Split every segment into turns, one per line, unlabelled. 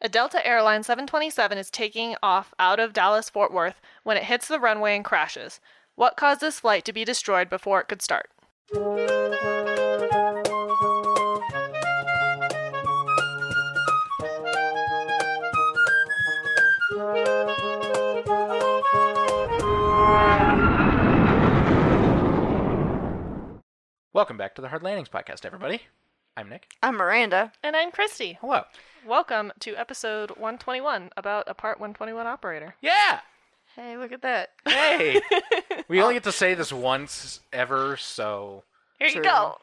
A Delta Airlines 727 is taking off out of Dallas Fort Worth when it hits the runway and crashes. What caused this flight to be destroyed before it could start?
Welcome back to the Hard Landings podcast, everybody. I'm Nick.
I'm Uh, Miranda.
And I'm Christy.
Hello.
Welcome to episode 121 about a Part 121 operator.
Yeah.
Hey, look at that.
Hey. we only get to say this once ever, so
Here
you True. go.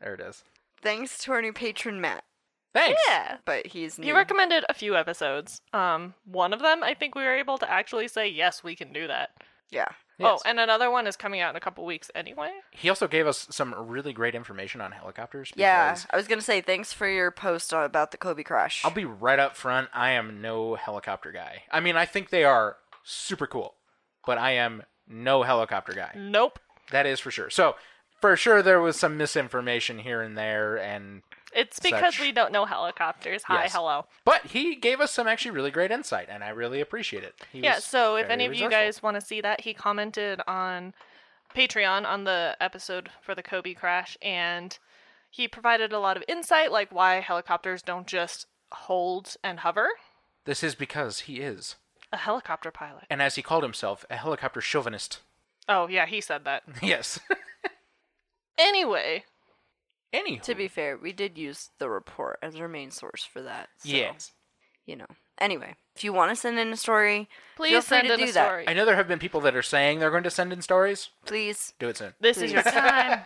there it is.
Thanks to our new patron Matt.
Thanks.
Yeah, but he's new.
You recommended a few episodes. Um, one of them, I think we were able to actually say, yes, we can do that.
yeah.
Yes.
Oh, and another one is coming out in a couple weeks anyway.
He also gave us some really great information on helicopters.
Yeah,
because
I was gonna say thanks for your post on, about the Kobe crash.
I'll be right up front. I am no helicopter guy. I mean, I think they are super cool, but I am no helicopter guy.
Nope.
That is for sure. So, for sure, there was some misinformation here and there, and
It's because
Such-
we don't know helicopters. Hi,
Yes.
hello.
but he gave us some actually really great insight, and I really appreciate it. He
Yeah,
was
so if
very
any of you
resourceful.
guys want to see that, he commented on Patreon on the episode for the Kobe crash and he provided a lot of insight like why helicopters don't just hold and hover.
this is because he is,
A helicopter pilot.
and as he called himself, a helicopter chauvinist.
Oh, yeah, he said that.
yes.
Anyway,
Any
to be fair, we did use the report as our main source for that. So,
yes.
You know. Anyway, if you want to send in a story, feel
please
free
send
to
in a
do that.
story.
I know there have been people that are saying they're going to send in stories.
please,
Do it soon.
This is your
Please.
time.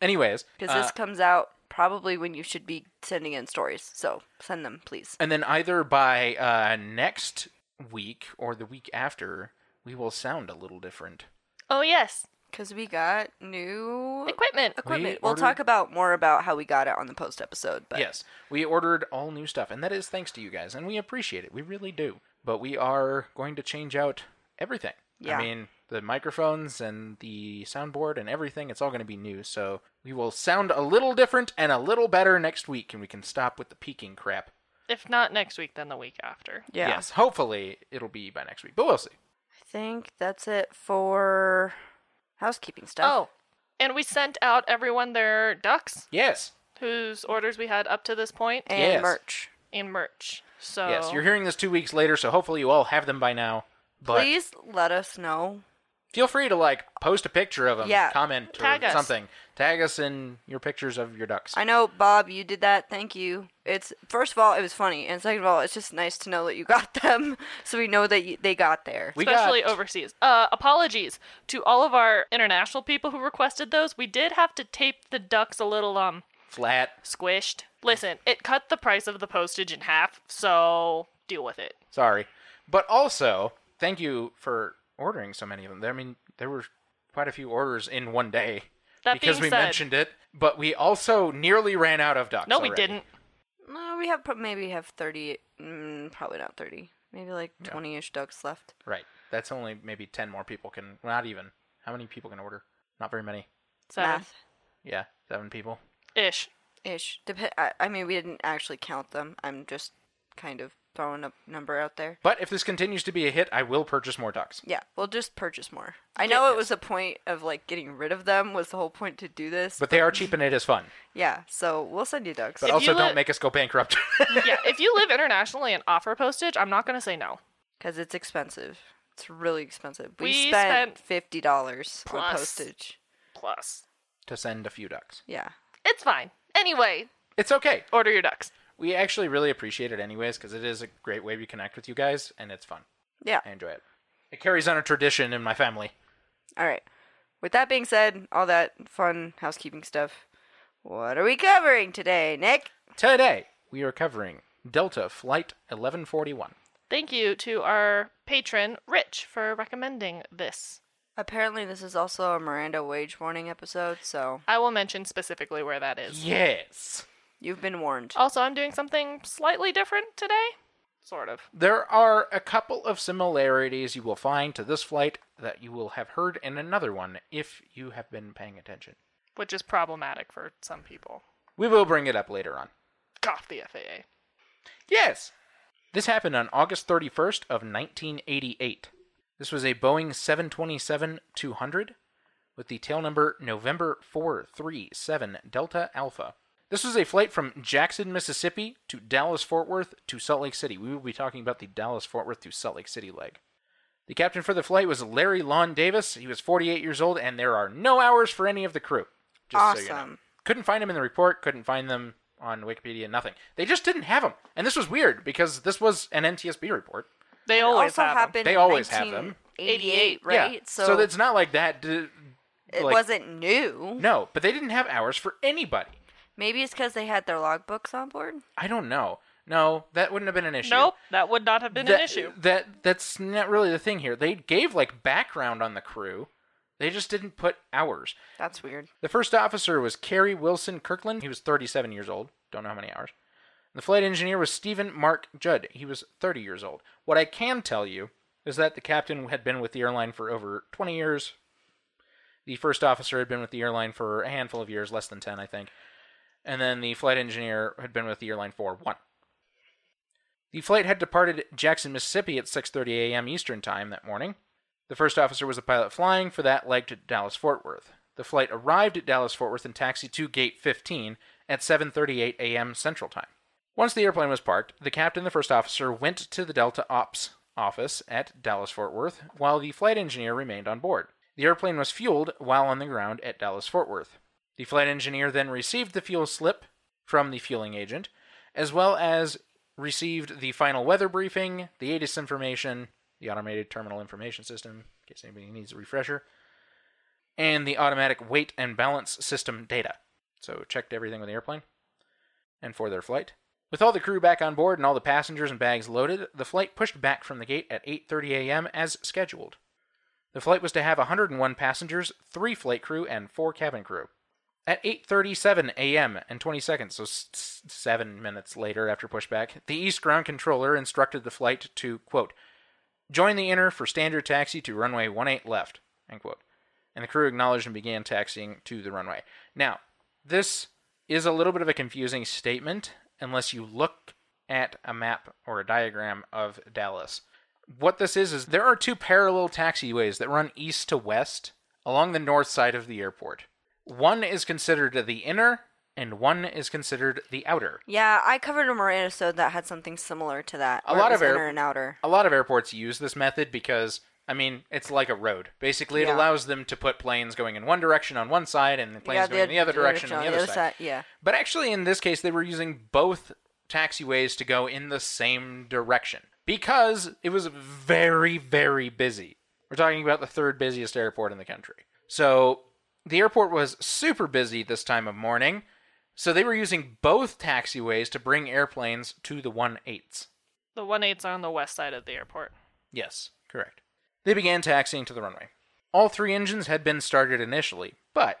Anyways,
because
uh,
this comes out probably when you should be sending in stories. So send them, please.
And then either by uh, next week or the week after, we will sound a little different.
oh, yes.
Because we got new
Equipment.
equipment.
We
We will talk
ordered-
about more about how we got it on the post episode. But
Yes, we ordered all new stuff, and that is thanks to you guys, and we appreciate it. We really do. But we are going to change out everything.
Yeah.
I mean, the microphones and the soundboard and everything, it's all going to be new. So we will sound a little different and a little better next week, and we can stop with the peaking crap.
If not next week, then the week after.
yeah.
Yes, hopefully it'll be by next week, but we'll see.
I think that's it for housekeeping stuff.
Oh, and we sent out everyone their ducks
Yes.
whose orders we had up to this point
and
yes.
merch.
in merch. So
Yes, you're hearing this two weeks later, so hopefully you all have them by now. But
Please let us know.
feel free to like post a picture of them,
Yeah.
comment
Tag
or
us.
something. Tag us in your pictures of your ducks.
I know, Bob, you did that. Thank you. It's first of all, it was funny, and second of all, it's just nice to know that you got them, so we know that you, they got there.
we
especially
got
overseas. Uh, apologies to all of our international people who requested those. We did have to tape the ducks a little um
flat.
squished. Listen, it cut the price of the postage in half, so deal with it.
Sorry, but also thank you for ordering so many of them. I mean, there were quite a few orders in one day
That
because
being
we
said-
mentioned it. But we also nearly ran out of ducks.
No, we
already.
didn't.
No, we have pro- maybe have thirty, mm, probably not thirty, maybe like twenty-ish ducks left.
Right. That's only maybe ten more people can. Not even. How many people can order? Not very many.
Seven
Yeah, seven people.
ish.
Math-ish. Dep- I, I mean, we didn't actually count them. I'm just kind of throwing a number out there.
But if this continues to be a hit, I will purchase more ducks.
Yeah, we'll just purchase more. I know it was the point of like getting rid of them was the whole point to do this.
But they are cheap and it is fun.
yeah, so we'll send you ducks.
But
If you
also don't
let-
make us go bankrupt.
yeah, if you live internationally and offer postage, I'm not going to say no.
Because it's expensive. It's really expensive. We,
We spent
spent, fifty dollars on
plus.
postage.
Plus,
to send a few ducks.
Yeah.
it's fine. Anyway,
It's okay.
order your ducks.
We actually really appreciate it anyways because it is a great way we connect with you guys and it's fun.
Yeah.
I enjoy it. It carries on a tradition in my family.
All right. With that being said, all that fun housekeeping stuff. What are we covering today, Nick?
Today, we are covering Delta Flight 1141.
Thank you to our patron Rich for recommending this.
Apparently this is also a Miranda wage warning episode, so
I will mention specifically where that is.
Yes.
you've been warned.
Also, I'm doing something slightly different today. Sort of.
There are a couple of similarities you will find to this flight that you will have heard in another one if you have been paying attention.
Which is problematic for some people.
We will bring it up later on.
Cough the FAA.
Yes. This happened on August 31st of 1988. This was a Boeing 727-200 with the tail number November 437 Delta Alpha. This was a flight from Jackson, Mississippi to Dallas Fort Worth to Salt Lake City. We will be talking about the Dallas Fort Worth to Salt Lake City leg. The captain for the flight was Larry Lon Davis. He was 48 years old, and there are no hours for any of the crew. Just so you know.
Awesome.
Couldn't find them in the report. Couldn't find them on Wikipedia. Nothing. They just didn't have them, and this was weird because this was an NTSB report.
They always
also
have 'em.
happened.
They
in
always have them.
1988, right?
Yeah.
So,
it's not like that. d-
it
like-
wasn't new.
No, but they didn't have hours for anybody.
Maybe it's because they had their logbooks on board.
I don't know. No, that wouldn't have been an issue.
Nope, that would not have been
that,
an issue.
That that's not really the thing here. They gave like background on the crew. They just didn't put hours.
That's weird.
The first officer was Kerry Wilson Kirkland. He was 37 years old. Don't know how many hours. The flight engineer was Stephen Mark Judd. He was 30 years old. What I can tell you is that the captain had been with the airline for over 20 years. The first officer had been with the airline for a handful of years, less than 10, I think. And then the flight engineer had been with the airline for one. The flight had departed Jackson, Mississippi at 6:30 a.m. Eastern Time that morning. The first officer was a pilot flying for that leg to Dallas Fort Worth. The flight arrived at Dallas Fort Worth in taxi to gate 15 at 7:38 a.m. Central Time. Once the airplane was parked, the captain and the first officer went to the Delta Ops office at Dallas Fort Worth while the flight engineer remained on board. The airplane was fueled while on the ground at Dallas Fort Worth. The flight engineer then received the fuel slip from the fueling agent as well as received the final weather briefing, the ATIS information, the automated terminal information system, in case anybody needs a refresher, and the automatic weight and balance system data. So checked everything with the airplane and for their flight. With all the crew back on board and all the passengers and bags loaded, the flight pushed back from the gate at 8:30 a.m. as scheduled. The flight was to have 101 passengers, 3 flight crew and 4 cabin crew. At 8:37 a.m. and 20 seconds, so s- s- 7 minutes later after pushback, the East ground controller instructed the flight to quote, "Join the inner for standard taxi to runway 18 left." End quote. And the crew acknowledged and began taxiing to the runway. Now, this is a little bit of a confusing statement unless you look at a map or a diagram of Dallas. What this is is there are two parallel taxiways that run east to west along the north side of the airport. One is considered the inner, and one is considered the outer.
Yeah, I covered a Marina episode that had something similar to that.
A
where it
lot
was
of air-
inner and outer.
A lot of airports use this method because, I mean, it's like a road. Basically, it
Yeah.
allows them to put planes going in one direction on one side and the planes
yeah,
going in the other direction on the other, side.
Yeah,
But actually, in this case, they were using both taxiways to go in the same direction because it was very, very busy. We're talking about the third busiest airport in the country. So the airport was super busy this time of morning. So they were using both taxiways to bring airplanes to the 1-8s.
The one eights are on the west side of the airport.
Yes, correct. They began taxiing to the runway. All three engines had been started initially, but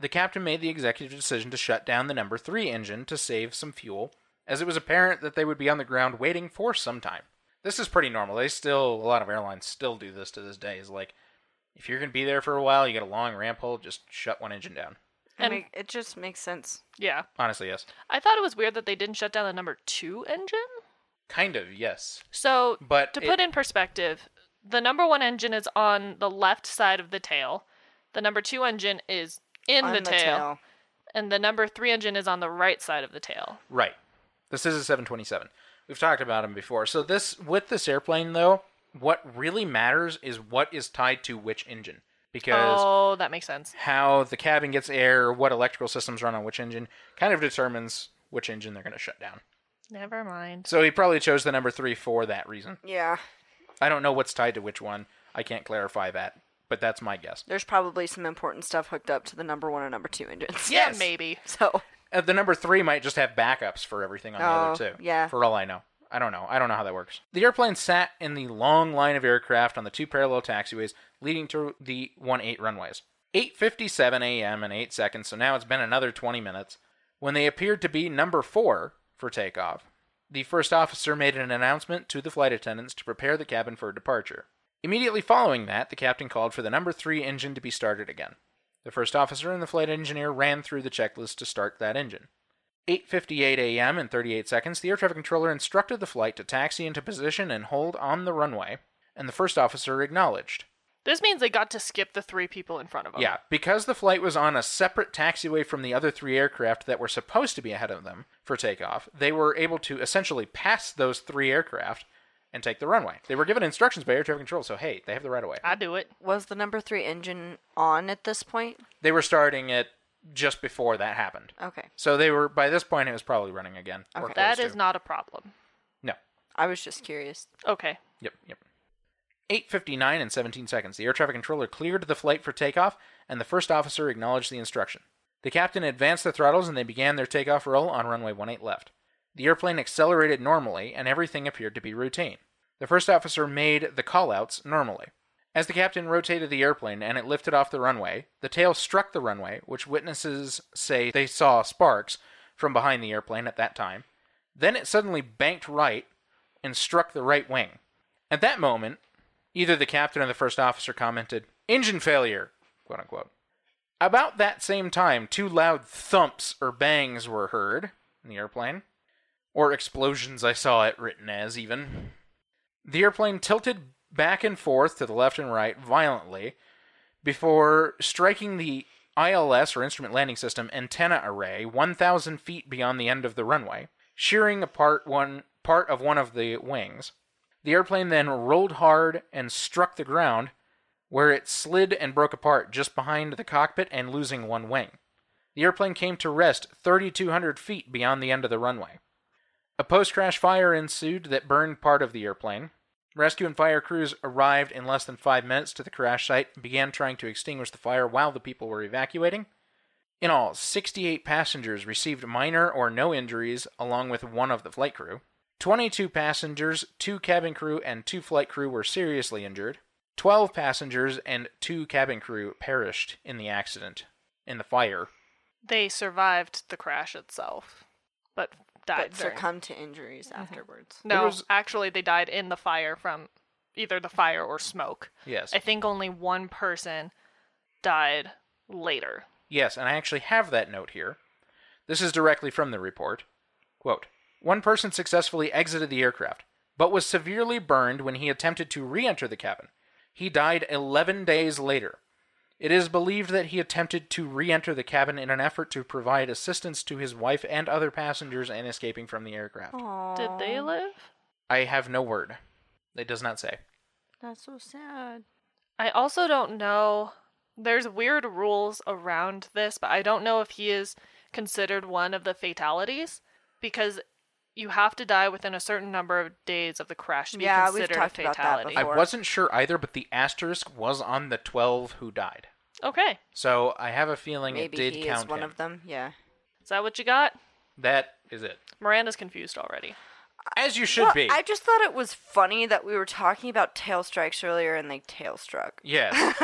the captain made the executive decision to shut down the number three engine to save some fuel, as it was apparent that they would be on the ground waiting for some time. This is pretty normal. They still, a lot of airlines still do this to this day. Is like, if you're going to be there for a while, you get a long ramp hold, just shut one engine down.
It
And-
make- it just makes sense.
Yeah.
Honestly, yes.
I thought it was weird that they didn't shut down the number two engine.
Kind of, yes.
So,
But
to
it-
put in perspective, the number one engine is on the left side of the tail, the number two engine is in
On
the, tail, and the number three engine is on the right side of the tail.
Right. This is a 727. We've talked about them before. So this with this airplane though, what really matters is what is tied to which engine because
Oh, that makes sense.
how the cabin gets air, what electrical systems run on which engine kind of determines which engine they're going to shut down.
Never mind.
So he probably chose the number 3 for that reason.
Yeah,
I don't know what's tied to which one. I can't clarify that, but that's my guess.
there's probably some important stuff hooked up to the number one and number two engines.
Yes.
Yeah, maybe.
So
Uh, the number three might just have backups for everything on the other
Oh,
two.
yeah.
For all I know. I don't know. I don't know how that works. The airplane sat in the long line of aircraft on the two parallel taxiways leading to the 1-8 runways. 8.57 a.m. and 8 seconds, so now it's been another 20 minutes, when they appeared to be number four for takeoff. The first officer made an announcement to the flight attendants to prepare the cabin for departure. Immediately following that, the captain called for the number three engine to be started again. The first officer and the flight engineer ran through the checklist to start that engine. 8:58 a.m. and 38 seconds, the air traffic controller instructed the flight to taxi into position and hold on the runway, and the first officer acknowledged.
This means they got to skip the three people in front of them.
Yeah, because the flight was on a separate taxiway from the other three aircraft that were supposed to be ahead of them for takeoff, they were able to essentially pass those three aircraft and take the runway. They were given instructions by air traffic control, so hey, they have the right of way.
I do it.
Was the number three engine on at this point?
They were starting it just before that happened.
Okay.
So they were by this point it was probably running again. or
Okay.
That
close
is
to.
not a problem.
No.
I was just curious.
Okay.
Yep, yep. 8:59 and 17 seconds. The air traffic controller cleared the flight for takeoff and the first officer acknowledged the instruction. The captain advanced the throttles and they began their takeoff roll on runway 18 left. The airplane accelerated normally and everything appeared to be routine. The first officer made the callouts normally. As the captain rotated the airplane and it lifted off the runway, the tail struck the runway, which witnesses say they saw sparks from behind the airplane at that time. Then it suddenly banked right and struck the right wing. At that moment, either the captain or the first officer commented, engine failure, quote unquote. About that same time, two loud thumps or bangs were heard in the airplane, or explosions, I saw it written as even. The airplane tilted back and forth to the left and right violently before striking the ILS, or Instrument Landing System, antenna array 1,000 feet beyond the end of the runway, shearing apart one part of one of the wings. The airplane then rolled hard and struck the ground, where it slid and broke apart just behind the cockpit and losing one wing. The airplane came to rest 3,200 feet beyond the end of the runway. A post crash fire ensued that burned part of the airplane. Rescue and fire crews arrived in less than five minutes to the crash site and began trying to extinguish the fire while the people were evacuating. In all, 68 passengers received minor or no injuries, along with one of the flight crew. 22 passengers, 2 cabin crew, and 2 flight crew were seriously injured. 12 passengers and 2 cabin crew perished in the accident, in the fire.
They survived the crash itself, but died. Uh-huh.
But
during-
succumbed to injuries afterwards.
no,
There was-
actually, they died in the fire from either the fire or smoke.
Yes.
I think only one person died later.
Yes, and I actually have that note here. This is directly from the report. Quote One person successfully exited the aircraft, but was severely burned when he attempted to re enter the cabin. He died 11 days later. It is believed that he attempted to re enter the cabin in an effort to provide assistance to his wife and other passengers in escaping from the aircraft.
Aww,
Did they live?
I have no word. It does not say.
That's so sad.
I also don't know. There's weird rules around this, but I don't know if he is considered one of the fatalities because you have to die within a certain number of days of the crash to be
Yeah, we've
considered
talked
a
about that
fatality.
I
Or-
wasn't sure either, but the asterisk was on the 12 who died.
Okay,
So I have a feeling
Maybe
it did
he
count
is one
him.
of them. Yeah.
is that what you got?
That is it.
Miranda's confused already.
As you should
Well,
be.
I just thought it was funny that we were talking about tail strikes earlier and they tail struck.
Yes.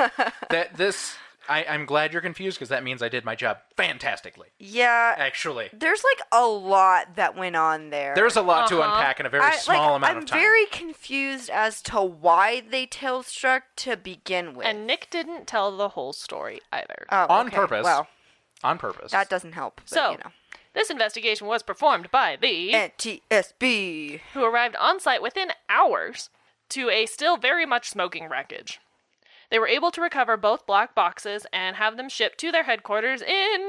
that this I, I'm glad you're confused because that means I did my job fantastically.
Yeah.
Actually.
There's like a lot that went on there.
There's a lot to
Uh-huh.
unpack in a very
I- like,
small amount
I'm
of time.
very confused as to why they tail struck to begin with.
And Nick didn't tell the whole story either.
Oh,
On
okay.
purpose.
Well,
On purpose.
that doesn't help. But,
So-
you know.
This investigation was performed by the
NTSB.
who arrived on site within hours to a still very much smoking wreckage. They were able to recover both black boxes and have them shipped to their headquarters in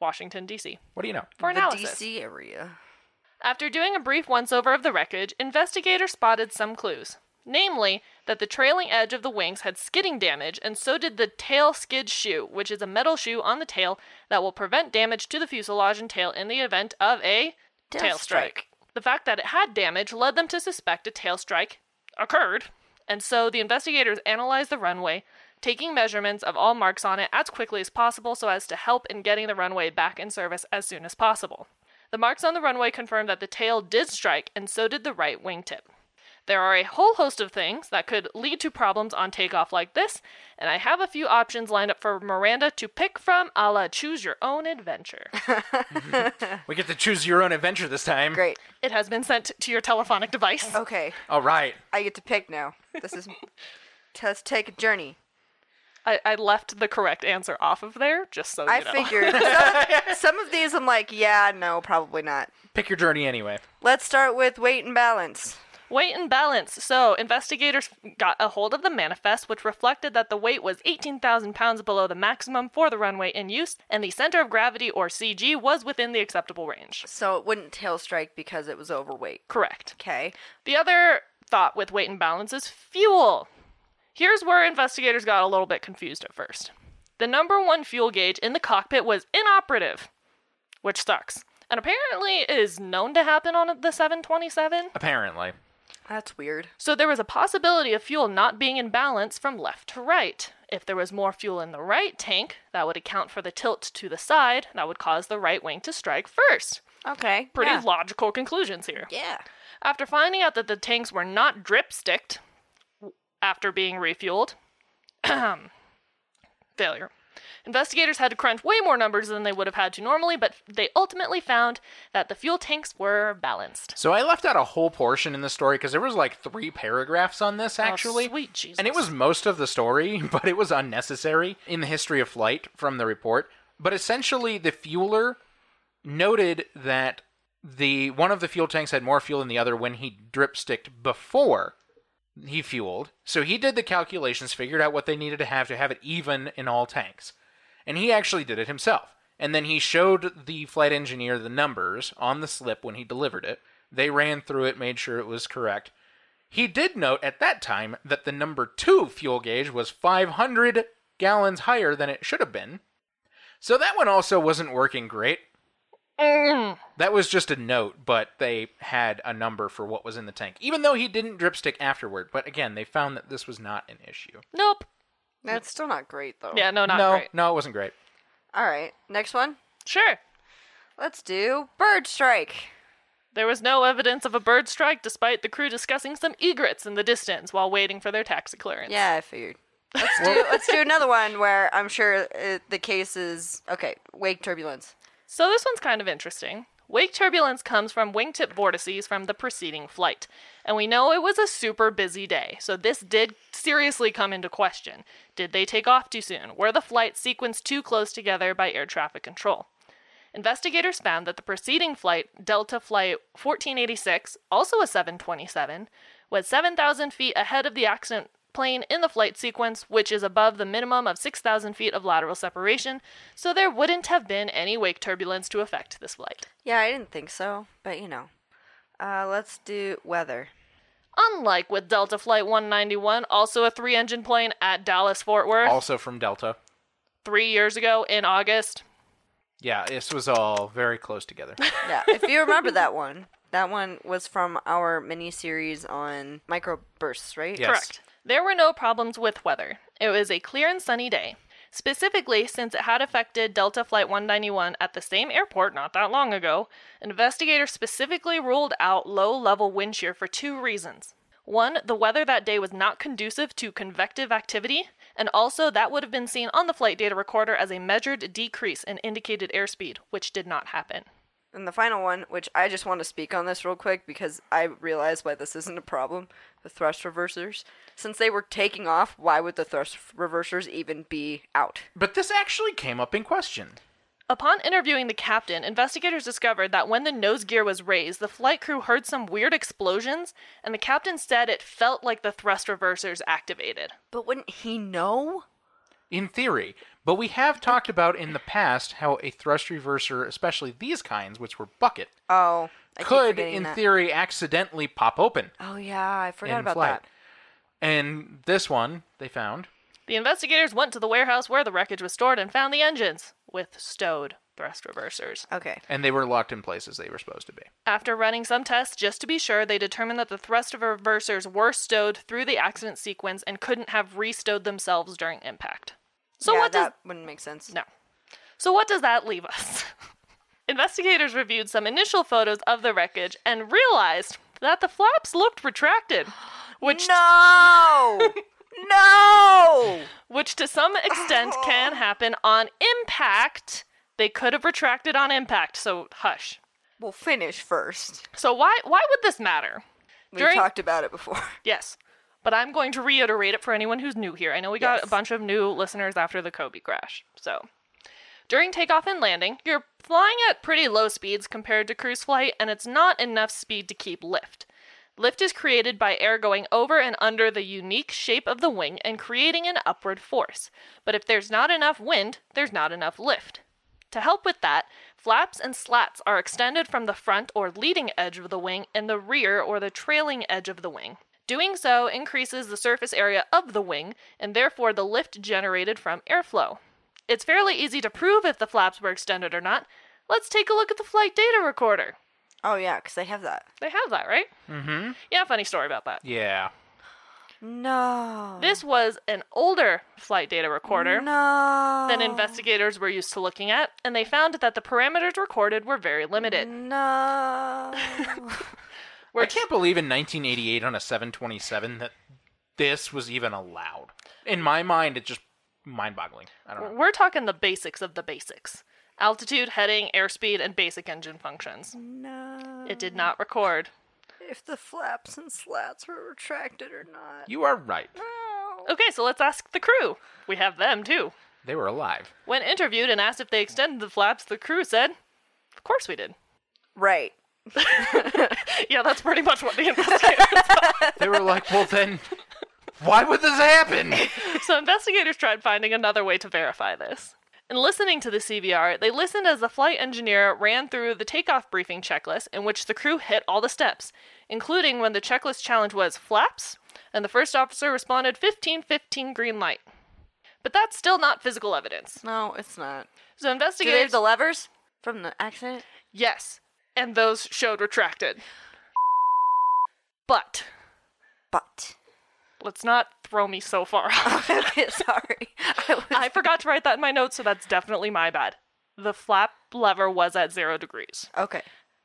Washington, D.C.
what do you know?
for
the
analysis.
DC area.
After doing a brief once over of the wreckage, investigators spotted some clues. Namely, that the trailing edge of the wings had skidding damage, and so did the tail skid shoe, which is a metal shoe on the tail that will prevent damage to the fuselage and tail in the event of a
Tail
tail strike.
strike.
The fact that it had damage led them to suspect a tail strike occurred, and so the investigators analyzed the runway, taking measurements of all marks on it as quickly as possible so as to help in getting the runway back in service as soon as possible. The marks on the runway confirmed that the tail did strike, and so did the right wingtip. There are a whole host of things that could lead to problems on takeoff like this, and I have a few options lined up for Miranda to pick from a la choose your own adventure.
We get to choose your own adventure this time.
Great.
it has been sent to your telephonic device.
Okay.
All right.
I get to pick now. This is. Let's take a journey.
I, I left the correct answer off of there just so you
I
know.
figured some, some of these I'm like, yeah, no, probably not.
Pick your journey anyway.
Let's start with weight and balance.
Weight and balance. So, investigators got a hold of the manifest, which reflected that the weight was 18,000 pounds below the maximum for the runway in use, and the center of gravity, or CG, was within the acceptable range.
So it wouldn't tail strike because it was overweight.
Correct.
Okay.
The other thought with weight and balance is fuel. Here's where investigators got a little bit confused at first. The number one fuel gauge in the cockpit was inoperative, which sucks. And apparently is known to happen on the 727.
Apparently.
That's weird.
So there was a possibility of fuel not being in balance from left to right. If there was more fuel in the right tank, that would account for the tilt to the side, that would cause the right wing to strike first.
Okay.
Pretty
yeah.
logical conclusions here.
yeah.
After finding out that the tanks were not dripsticked after being refueled, failure. Investigators had to crunch way more numbers than they would have had to normally, but they ultimately found that the fuel tanks were balanced.
So I left out a whole portion in the story because there was like three paragraphs on this actually.
Oh, sweet Jesus.
And it was most of the story, but it was unnecessary in the history of flight from the report. But essentially the fueler noted that the one of the fuel tanks had more fuel than the other when he dripsticked before he fueled. So he did the calculations, figured out what they needed to have to have it even in all tanks. And he actually did it himself. And then he showed the flight engineer the numbers on the slip when he delivered it. They ran through it, made sure it was correct. He did note at that time that the number two fuel gauge was 500 gallons higher than it should have been. So that one also wasn't working great.
Mm-hmm.
That was just a note, but they had a number for what was in the tank, even though he didn't dripstick afterward. But again, they found that this was not an issue.
Nope.
That's still not great though.
Yeah, no, not
no,
great.
no, it wasn't great.
All right. Next one.
Sure.
Let's do bird strike.
There was no evidence of a bird strike despite the crew discussing some egrets in the distance while waiting for their taxi clearance.
Yeah, I figured. Let's do let's do another one where I'm sure uh the case is okay. Wake turbulence.
So this one's kind of interesting. Wake turbulence comes from wingtip vortices from the preceding flight. And we know it was a super busy day, so this did seriously come into question. Did they take off too soon? Were the flights sequenced too close together by air traffic control? Investigators found that the preceding flight, Delta Flight 1486, also a 727, was 7,000 feet ahead of the accident plane in the flight sequence, which is above the minimum of 6,000 feet of lateral separation, so there wouldn't have been any wake turbulence to affect this flight.
Yeah, I didn't think so, but you know. Uh, let's do weather.
Unlike with Delta Flight 191, also a three engine plane at Dallas Fort Worth
Also from Delta.
three years ago in August.
Yeah, this was all very close together.
Yeah, if you remember that one, that one was from our mini series on microbursts, right?
Yeah. Yes.
Correct. There were no problems with weather. It was a clear and sunny day. Specifically, since it had affected Delta Flight 191 at the same airport not that long ago, investigators specifically ruled out low level wind shear for two reasons. One, the weather that day was not conducive to convective activity, and also that would have been seen on the flight data recorder as a measured decrease in indicated airspeed, which did not happen.
And the final one, which I just want to speak on this real quick because I realize why this isn't a problem. The thrust reversers. Since they were taking off, why would the thrust reversers even be out?
but this actually came up in question.
Upon interviewing the captain, investigators discovered that when the nose gear was raised, the flight crew heard some weird explosions, and the captain said it felt like the thrust reversers activated.
But wouldn't he know?
in theory. But we have talked about in the past how a thrust reverser, especially these kinds, which were bucket,
Oh, I keep
could,
forgetting
in
that.
theory, accidentally pop open
Oh yeah, I forgot
in
about
flight.
that.
And this one they found.
The investigators went to the warehouse where the wreckage was stored and found the engines with stowed thrust reversers.
Okay.
And they were locked in place as they were supposed to be.
After running some tests just to be sure, they determined that the thrust reversers were stowed through the accident sequence and couldn't have restowed themselves during impact. So
yeah,
what does
that wouldn't make sense.
No. So, what does that leave us? Investigators reviewed some initial photos of the wreckage and realized that the flaps looked retracted, which,
No. no.
which to some extent can happen on impact. They could have retracted on impact, so hush.
We'll finish first.
So, why, why would this matter?
We
During-
talked about it before.
Yes. but I'm going to reiterate it for anyone who's new here. I know we got
Yes.
a bunch of new listeners after the Kobe crash. So, during takeoff and landing, you're flying at pretty low speeds compared to cruise flight, and it's not enough speed to keep lift. Lift is created by air going over and under the unique shape of the wing and creating an upward force. But if there's not enough wind, there's not enough lift. To help with that, flaps and slats are extended from the front or leading edge of the wing and the rear or the trailing edge of the wing. Doing so increases the surface area of the wing and therefore the lift generated from airflow. It's fairly easy to prove if the flaps were extended or not. Let's take a look at the flight data recorder.
Oh yeah, because they have that.
They have that, right? Mm-hmm. Yeah, funny story about that.
Yeah.
No.
This was an older flight data recorder.
No.
Oh.
than investigators were used to looking at, and they found that the parameters recorded were very limited.
No.
I can't believe in 1988 on a 727 that this was even allowed. In my mind, it's just mind-boggling. I don't know.
We're talking the basics of the basics altitude, heading, airspeed, and basic engine functions.
no.
It did not record.
If the flaps and slats were retracted or not.
You are right.
No.
Okay, so let's ask the crew. We have them too.
They were alive.
When interviewed and asked if they extended the flaps, the crew said, Of course we did.
Right.
Yeah, that's pretty much what the investigators
They were like, well then, why would this happen?
So investigators tried finding another way to verify this. In listening to the CVR, they listened as the flight engineer ran through the takeoff briefing checklist in which the crew hit all the steps, including when the checklist challenge was flaps, and the first officer responded 15 15 green light. But that's still not physical evidence.
No, it's not.
So
Do they
investigators
have the levers from the accident?
Yes, and those showed retracted. But
But.
let's not throw me so far off.
okay, sorry. I was.
I forgot to write that in my notes, so that's definitely my bad. The flap lever was at zero degrees.
okay.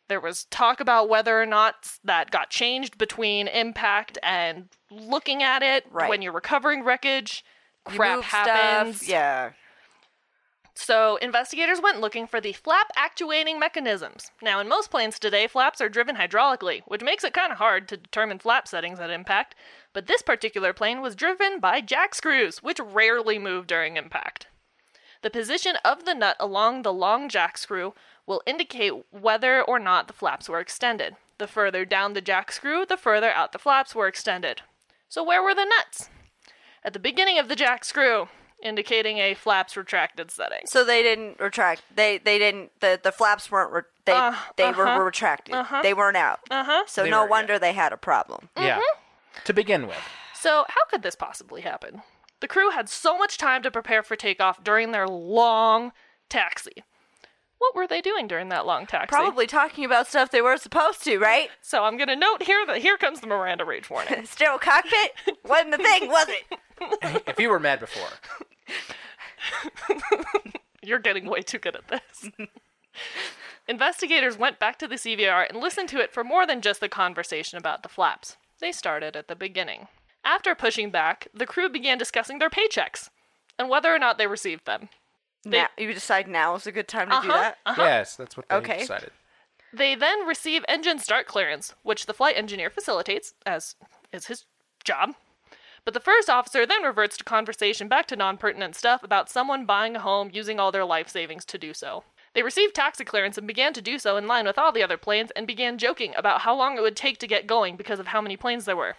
There was talk about whether or not that got changed between impact and looking at it
Right.
when you're recovering wreckage.
You
Crap
move stuff,
happens.
Yeah.
So, investigators went looking for the flap actuating mechanisms. Now, in most planes today, flaps are driven hydraulically, which makes it kind of hard to determine flap settings at impact, but this particular plane was driven by jack screws, which rarely move during impact. The position of the nut along the long jack screw will indicate whether or not the flaps were extended. The further down the jack screw, the further out the flaps were extended. So, where were the nuts? At the beginning of the jack screw, indicating a flaps retracted setting.
So they didn't retract. They they didn't. The the flaps weren't. Re- they they were retracted. They weren't out. Uh, Uh-huh. So
They
no
weren't, yeah.
wonder they had a problem.
Yeah. To begin with.
So, how could this possibly happen? The crew had so much time to prepare for takeoff during their long taxi. What were they doing during that long taxi?
Probably talking about stuff they weren't supposed to. Right.
So, I'm going to note here that here comes the Miranda Rage warning.
Sterile cockpit wasn't the thing, was it?
If you were mad before.
You're getting way too good at this. Investigators went back to the CVR and listened to it for more than just the conversation about the flaps. They started at the beginning. After pushing back, the crew began discussing their paychecks and whether or not they received them.
Now, you decide now is a good time to do
Uh-huh.
that.
Yes, that's what they
Okay.
decided.
They then receive engine start clearance, which the flight engineer facilitates, as is his job. But the first officer then reverts to conversation back to non pertinent stuff about someone buying a home using all their life savings to do so. They received taxi clearance and began to do so in line with all the other planes and began joking about how long it would take to get going because of how many planes there were.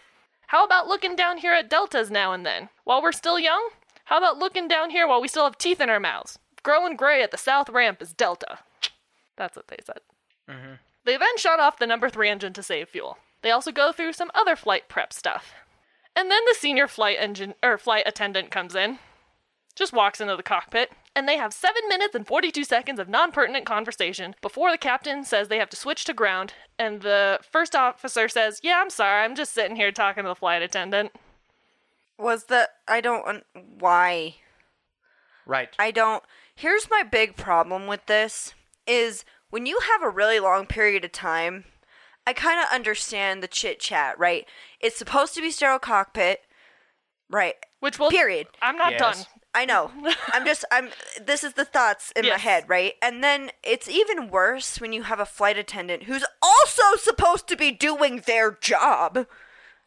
How about looking down here at deltas now and then? While we're still young? How about looking down here while we still have teeth in our mouths? Growing gray at the south ramp is delta. That's what they said. They then shut off the number three engine to save fuel. They also go through some other flight prep stuff. And then the senior flight engine or flight attendant comes in, just walks into the cockpit, and they have seven minutes and forty-two seconds of non-pertinent conversation before the captain says they have to switch to ground, and the first officer says, "Yeah, I'm sorry, I'm just sitting here talking to the flight attendant."
Was the I don't un- why
Right.
I don't. Here's my big problem with this is when you have a really long period of time, I kind of understand the chit chat, right? It's supposed to be sterile cockpit, right?
Which will
Period.
I'm not
Yes.
done.
I know. I'm just I'm this is the thoughts in
Yes.
my head, right? And then it's even worse when you have a flight attendant who's also supposed to be doing their job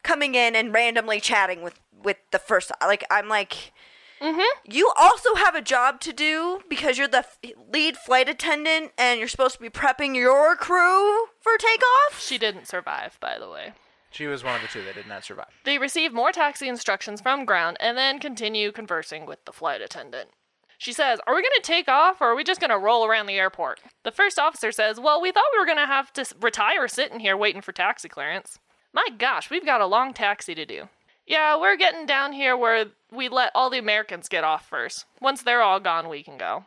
coming in and randomly chatting with with the first like I'm like
Mm-hmm.
you also have a job to do because you're the f- lead flight attendant and you're supposed to be prepping your crew for takeoff.
She didn't survive, by the way.
She was one of the two that did not survive.
They receive more taxi instructions from ground and then continue conversing with the flight attendant. She says, Are we going to take off or are we just going to roll around the airport? The first officer says, Well, we thought we were going to have to s- retire sitting here waiting for taxi clearance. My gosh, we've got a long taxi to do. Yeah, we're getting down here where we let all the Americans get off first. Once they're all gone, we can go.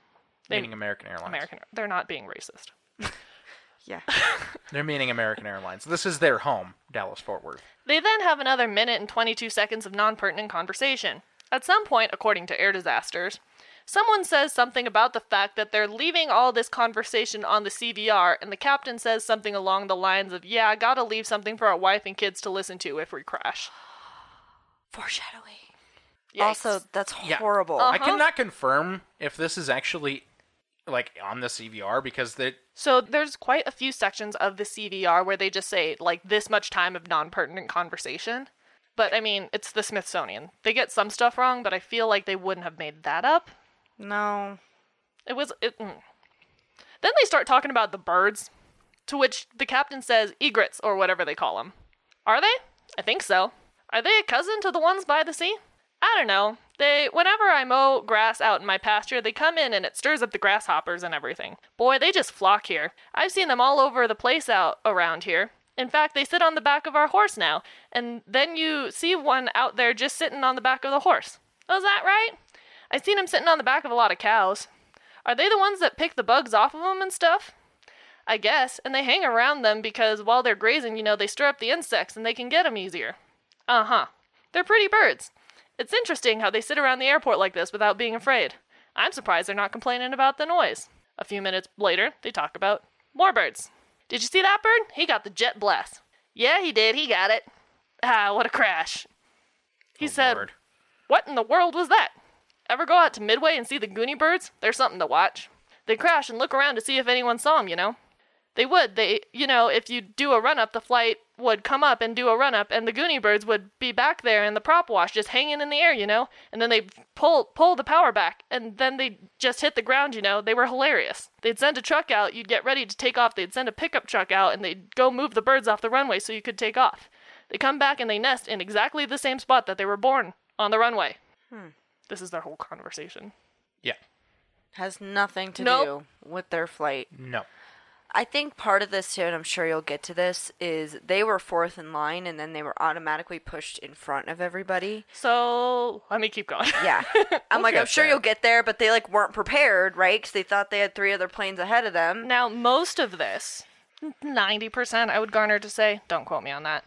Meaning American Airlines.
American, they're not being racist.
Yeah.
They're meaning American Airlines. This is their home, Dallas Fort Worth.
They then have another minute and 22 seconds of non pertinent conversation. At some point, according to Air Disasters, someone says something about the fact that they're leaving all this conversation on the CVR, and the captain says something along the lines of, Yeah, I gotta leave something for our wife and kids to listen to if we crash.
Foreshadowing.
Yikes. Oh.
Also, that's
Yeah.
horrible.
I
Uh-huh.
cannot confirm if this is actually like on the CVR because the
so there's quite a few sections of the CVR where they just say, like, this much time of non pertinent conversation. But I mean, it's the Smithsonian. They get some stuff wrong, but I feel like they wouldn't have made that up.
No.
It was. It, mm. Then they start talking about the birds, to which the captain says egrets or whatever they call them. Are they? I think so. Are they a cousin to the ones by the sea? I don't know. They whenever I mow grass out in my pasture, they come in and it stirs up the grasshoppers and everything. Boy, they just flock here. I've seen them all over the place out around here. In fact, they sit on the back of our horse now, and then you see one out there just sitting on the back of the horse. Oh, is that right? I seen him sitting on the back of a lot of cows. Are they the ones that pick the bugs off of them and stuff? I guess, and they hang around them because while they're grazing, you know, they stir up the insects and they can get them easier. Uh huh. They're pretty birds. It's interesting how they sit around the airport like this without being afraid. I'm surprised they're not complaining about the noise. A few minutes later, they talk about more birds. Did you see that bird? He got the jet blast. Yeah, he did. He got it. Ah, what a crash. He said,
oh, Lord.
what in the world was that? Ever go out to Midway and see the Goonie Birds? They're something to watch. They crash and look around to see if anyone saw them, you know? They would. They, you know, if you do a run up, the flight would come up and do a run up, and the Goonie Birds would be back there in the prop wash, just hanging in the air, you know? And then they pull pull the power back, and then they just hit the ground, you know? They were hilarious. They'd send a truck out, you'd get ready to take off, they'd send a pickup truck out, and they'd go move the birds off the runway so you could take off. They come back and they nest in exactly the same spot that they were born on the runway. This is their whole conversation.
yeah,
Has nothing to
Nope.
do with their flight.
no.
I think part of this too, and I'm sure you'll get to this, is they were fourth in line and then they were automatically pushed in front of everybody.
So let me keep going.
Yeah. I'm like, I'm
get
sure
there.
you'll get there, but they like weren't prepared, right? Because they thought they had three other planes ahead of them.
Now, most of this, 90%, I would garner to say, don't quote me on that,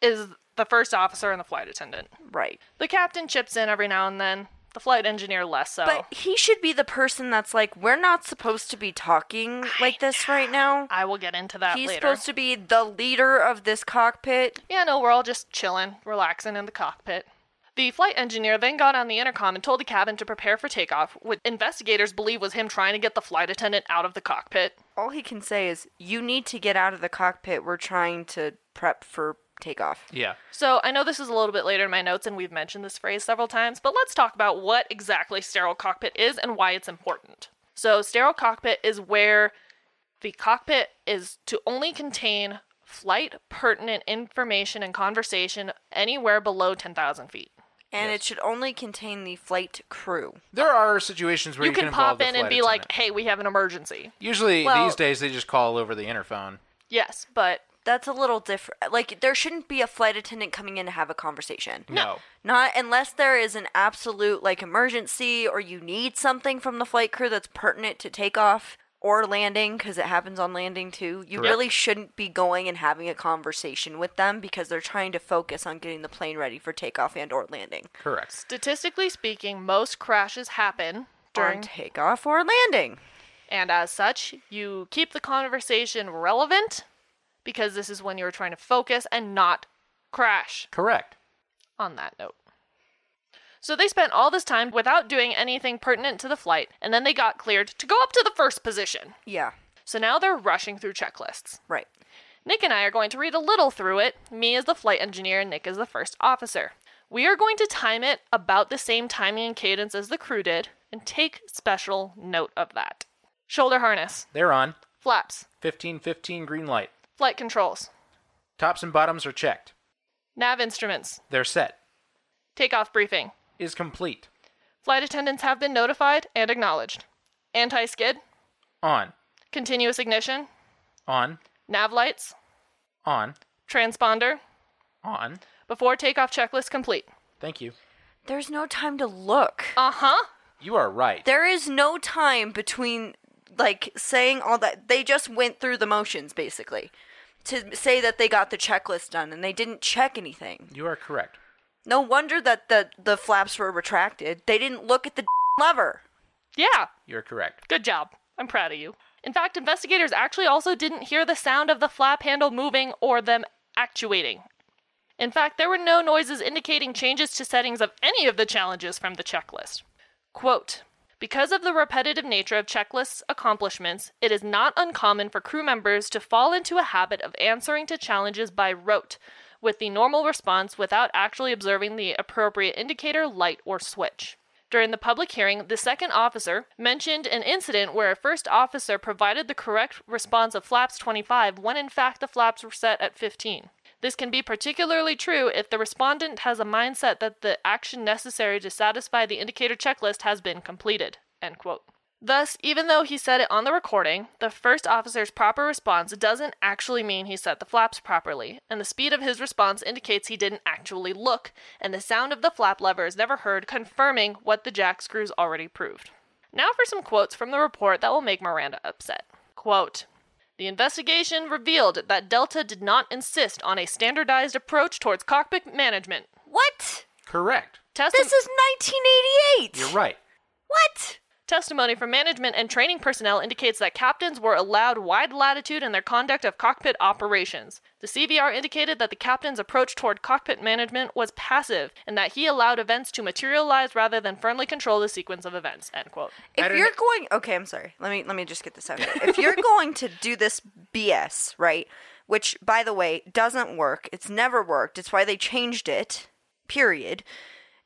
is the first officer and the flight attendant.
Right.
The captain chips in every now and then, the flight engineer less so.
But he should be the person that's like, we're not supposed to be talking like this right now.
I will get into that
He's
later.
supposed to be the leader of this cockpit.
Yeah, no, we're all just chilling, relaxing in the cockpit. The flight engineer then got on the intercom and told the cabin to prepare for takeoff, which investigators believe was him trying to get the flight attendant out of the cockpit.
All he can say is, you need to get out of the cockpit. We're trying to prep for takeoff.
Yeah.
So I know this is a little bit later in my notes, and we've mentioned this phrase several times, but let's talk about what exactly sterile cockpit is and why it's important. So, sterile cockpit is where the cockpit is to only contain flight pertinent information and conversation anywhere below 10,000 feet.
And it should only contain the flight crew.
There are situations where
You,
you,
can,
involve
pop
the
in and
flight
be like,
attendant.
hey, we have an emergency.
Usually
well-
these days they just call over the interphone.
Yes, but
That's a little different. Like, there shouldn't be a flight attendant coming in to have a conversation.
No.
Not unless there is an absolute, like, emergency or you need something from the flight crew that's pertinent to takeoff or landing, because it happens on landing too. You
Correct.
really shouldn't be going and having a conversation with them because they're trying to focus on getting the plane ready for takeoff and or landing.
Correct.
statistically speaking, most crashes happen during
On takeoff or landing.
And as such, you keep the conversation relevant because this is when you're trying to focus and not crash
Correct.
on that note. So they spent all this time without doing anything pertinent to the flight, and then they got cleared to go up to the first position.
Yeah,
So now they're rushing through checklists.
right.
Nick and I are going to read a little through it, me as the flight engineer and Nick as the first officer. We are going to time it about the same timing and cadence as the crew did and take special note of that. Shoulder harness,
They're on.
flaps,
1515 green light.
flight controls,
Tops and bottoms are checked.
nav instruments,
They're set.
takeoff briefing.
Is complete.
Flight attendants have been notified and acknowledged. Anti skid,
On.
continuous ignition,
On.
nav lights,
On.
transponder,
On.
before takeoff checklist complete.
Thank you.
There's no time to look.
Uh huh.
You are right.
There is no time between like saying all that. They just went through the motions basically to say that they got the checklist done and they didn't check anything.
You are correct.
No wonder that the the flaps were retracted. They didn't look at the lever.
Yeah,
You're correct.
good job. I'm proud of you. In fact, investigators actually also didn't hear the sound of the flap handle moving or them actuating. In fact, there were no noises indicating changes to settings of any of the challenges from the checklist. Quote Because of the repetitive nature of checklists' accomplishments, it is not uncommon for crew members to fall into a habit of answering to challenges by rote, with the normal response without actually observing the appropriate indicator, light, or switch. During the public hearing, the second officer mentioned an incident where a first officer provided the correct response of flaps 25 when in fact the flaps were set at 15. This can be particularly true if the respondent has a mindset that the action necessary to satisfy the indicator checklist has been completed. End quote. Thus, even though he said it on the recording, the first officer's proper response doesn't actually mean he set the flaps properly, and the speed of his response indicates he didn't actually look, and the sound of the flap lever is never heard, confirming what the jack screws already proved. Now for some quotes from the report that will make Miranda upset. Quote the investigation revealed that Delta did not insist on a standardized approach towards cockpit management.
What?
Correct.
Testi-
This is 1988.
You're right.
What?
testimony from management and training personnel indicates that captains were allowed wide latitude in their conduct of cockpit operations. The CVR indicated that the captain's approach toward cockpit management was passive and that he allowed events to materialize rather than firmly control the sequence of events. End quote.
I
If
don't
you're
know-
going, okay, I'm sorry. Let me let me just get this out. Here. If you're going to do this BS, right? Which, by the way, doesn't work. It's never worked. It's why they changed it. Period.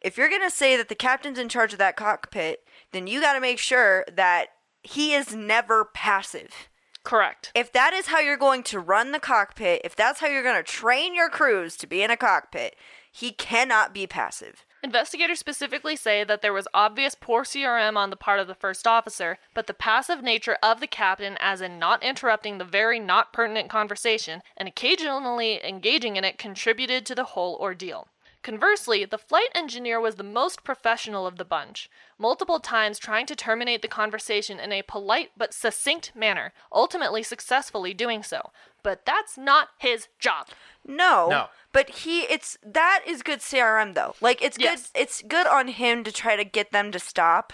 If you're gonna say that the captain's in charge of that cockpit, then you got to make sure that he is never passive.
Correct.
If that is how you're going to run the cockpit, if that's how you're going to train your crews to be in a cockpit, he cannot be passive.
Investigators specifically say that there was obvious poor CRM on the part of the first officer, but the passive nature of the captain, as in not interrupting the very not pertinent conversation and occasionally engaging in it, contributed to the whole ordeal. Conversely, the flight engineer was the most professional of the bunch, multiple times trying to terminate the conversation in a polite but succinct manner, ultimately successfully doing so. But that's not his job.
No.
No.
But he it's that is good CRM though. Like it's
Yes.
good it's good on him to try to get them to stop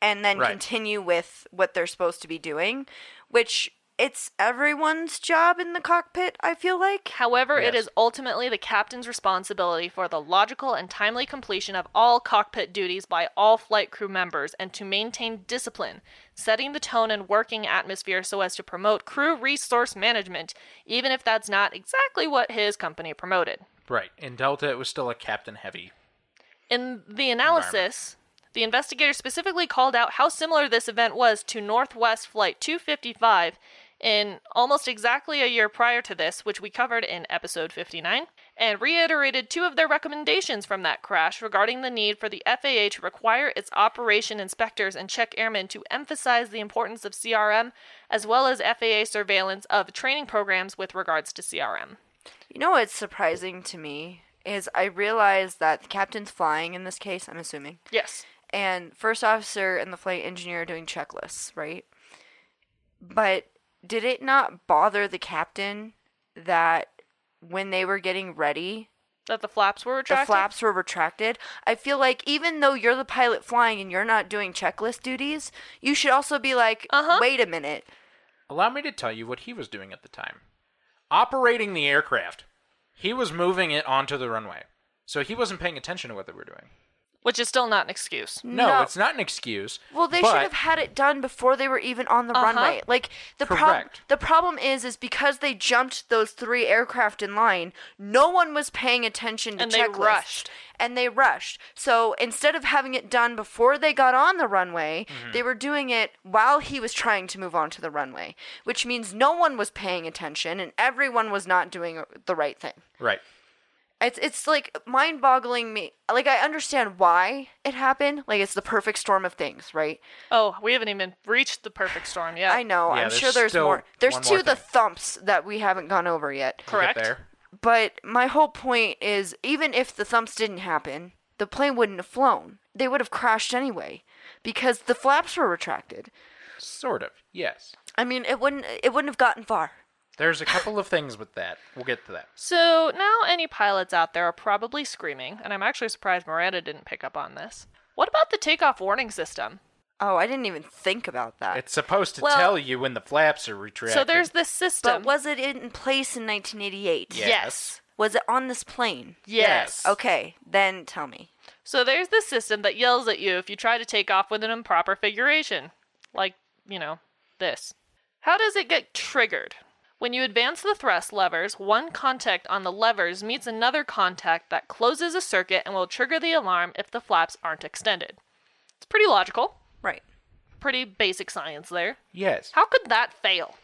and then
Right.
continue with what they're supposed to be doing, which it's everyone's job in the cockpit, I feel like.
However, it
Yes.
is ultimately the captain's responsibility for the logical and timely completion of all cockpit duties by all flight crew members and to maintain discipline, setting the tone and working atmosphere so as to promote crew resource management, even if that's not exactly what his company promoted.
Right. In Delta, it was still a captain heavy.
In the analysis, the investigators specifically called out how similar this event was to Northwest Flight 255 in almost exactly a year prior to this, which we covered in episode 59, and reiterated two of their recommendations from that crash regarding the need for the FAA to require its operation inspectors and check airmen to emphasize the importance of CRM as well as FAA surveillance of training programs with regards to CRM.
You know what's surprising to me is I realized that the captain's flying in this case, I'm assuming.
Yes.
and first officer and the flight engineer are doing checklists, right? But did it not bother the captain that when they were getting ready,
That the flaps were retracted?
the flaps were retracted? I feel like even though you're the pilot flying and you're not doing checklist duties, you should also be like,
Uh-huh.
wait a minute.
Allow me to tell you what he was doing at the time. Operating the aircraft, he was moving it onto the runway. So he wasn't paying attention to what they were doing.
which is still not an excuse.
No, it's not an excuse.
Well, they should
but
have had it done before they were even on the
Uh-huh.
runway. Like the problem,
Correct.
the problem is, is because they jumped those three aircraft in line, no one was paying attention to
And they
checklists,
rushed.
and they rushed. So instead of having it done before they got on the runway,
Mm-hmm.
they were doing it while he was trying to move onto the runway, which means no one was paying attention and everyone was not doing the right thing.
Right.
It's it's like mind boggling me. Like I understand why it happened. Like it's the perfect storm of things, right?
Oh, we haven't even reached the perfect storm yet.
I know.
Yeah,
I'm
there's
sure there's
still
more. There's
one
two
more
of the
thing.
thumps that we haven't gone over yet.
We'll get
Correct.
there.
But my whole point is even if the thumps didn't happen, the plane wouldn't have flown. They would have crashed anyway because the flaps were retracted.
Sort of. Yes.
I mean, it wouldn't it wouldn't have gotten far.
There's a couple of things with that. We'll get to that.
So now any pilots out there are probably screaming, and I'm actually surprised Miranda didn't pick up on this. What about the takeoff warning system?
Oh, I didn't even think about that.
It's supposed to
Well-
tell you when the flaps are retracted.
So there's this
but
system.
was it in place in 1988?
Yeah. Yes.
Was it on this plane?
Yes.
Yes.
Okay, then tell me.
So there's this system that yells at you if you try to take off with an improper figuration, like, you know, this. How does it get triggered? When you advance the thrust levers, one contact on the levers meets another contact that closes a circuit and will trigger the alarm if the flaps aren't extended. It's pretty logical,
Right.
pretty basic science there.
yes.
How could that fail?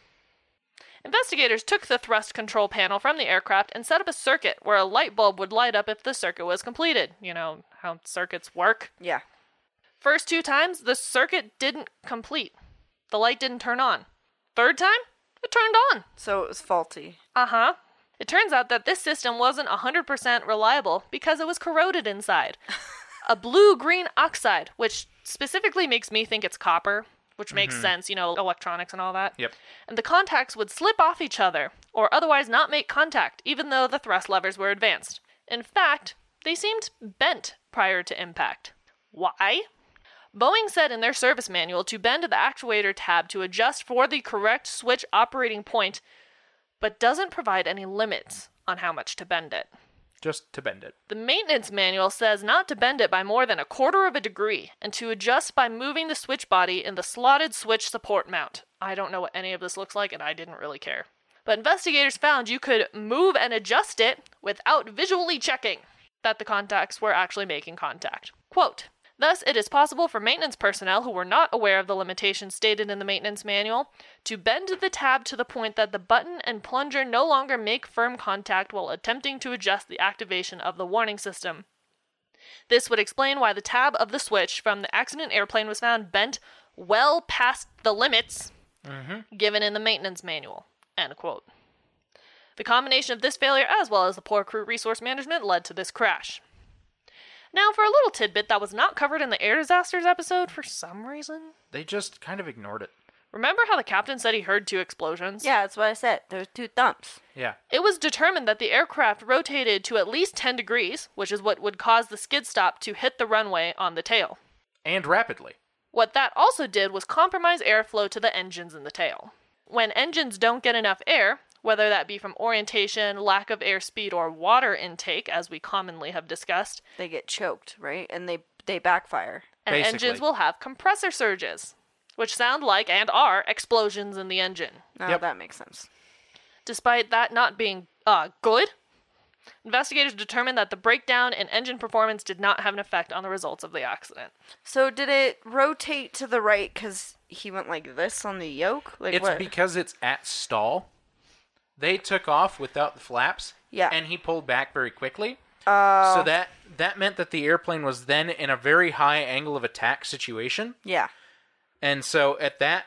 Investigators took the thrust control panel from the aircraft and set up a circuit where a light bulb would light up if the circuit was completed. You know how circuits work.
Yeah.
First two times, the circuit didn't complete. The light didn't turn on. Third time, it turned on.
So it was faulty.
Uh huh. It turns out that this system wasn't 100% reliable because it was corroded inside. a blue green oxide, which specifically makes me think it's copper, which makes sense, you know, electronics and all that.
Yep.
And the contacts would slip off each other or otherwise not make contact, even though the thrust levers were advanced. In fact, they seemed bent prior to impact. Why? Boeing said in their service manual to bend the actuator tab to adjust for the correct switch operating point, but doesn't provide any limits on how much to bend it.
Just to bend it.
The maintenance manual says not to bend it by more than a quarter of a degree and to adjust by moving the switch body in the slotted switch support mount. I don't know what any of this looks like and I didn't really care. But investigators found you could move and adjust it without visually checking that the contacts were actually making contact. Quote Thus, it is possible for maintenance personnel who were not aware of the limitations stated in the maintenance manual to bend the tab to the point that the button and plunger no longer make firm contact while attempting to adjust the activation of the warning system. This would explain why the tab of the switch from the accident airplane was found bent well past the limits given in the maintenance manual. End quote. The combination of this failure as well as the poor crew resource management led to this crash. Now, for a little tidbit that was not covered in the air disasters episode for some reason.
They just kind of ignored it.
Remember how the captain said he heard two explosions?
Yeah, that's what I said. There's two thumps.
Yeah.
It was determined that the aircraft rotated to at least 10 degrees, which is what would cause the skid stop to hit the runway on the tail.
And rapidly.
What that also did was compromise airflow to the engines in the tail. When engines don't get enough air, whether that be from orientation, lack of airspeed, or water intake, as we commonly have discussed,
They get choked, right? And they they backfire.
and
Basically.
engines will have compressor surges, which sound like and are explosions in the engine.
No,
Yep.
that makes sense.
Despite that not being uh, good, investigators determined that the breakdown in engine performance did not have an effect on the results of the accident.
So did it rotate to the right because he went like this on the yoke? Like
It's
what?
because it's at stall. They took off without the flaps.
Yeah. Oh.
And he pulled back very quickly. so that that meant that the airplane was then in a very high angle of attack situation.
yeah.
And so at that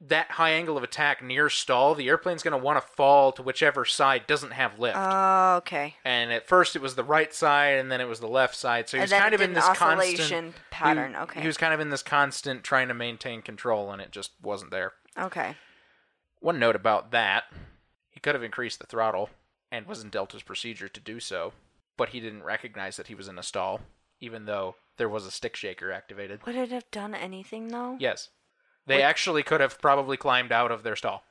that high angle of attack near stall, the airplane's going to want to fall to whichever side doesn't have lift.
Oh, okay.
and at first it was the right side and then it was the left side. So he
And
was
then
kind
it
of
did
in
an
this
oscillation
constant
pattern,
he-
okay.
He was kind of in this constant trying to maintain control and it just wasn't there.
Okay.
One note about that, he could have increased the throttle and was in Delta's procedure to do so, but he didn't recognize that he was in a stall even though there was a stick shaker activated.
Would it have done anything though?
Yes. They actually could have probably climbed out of their stall.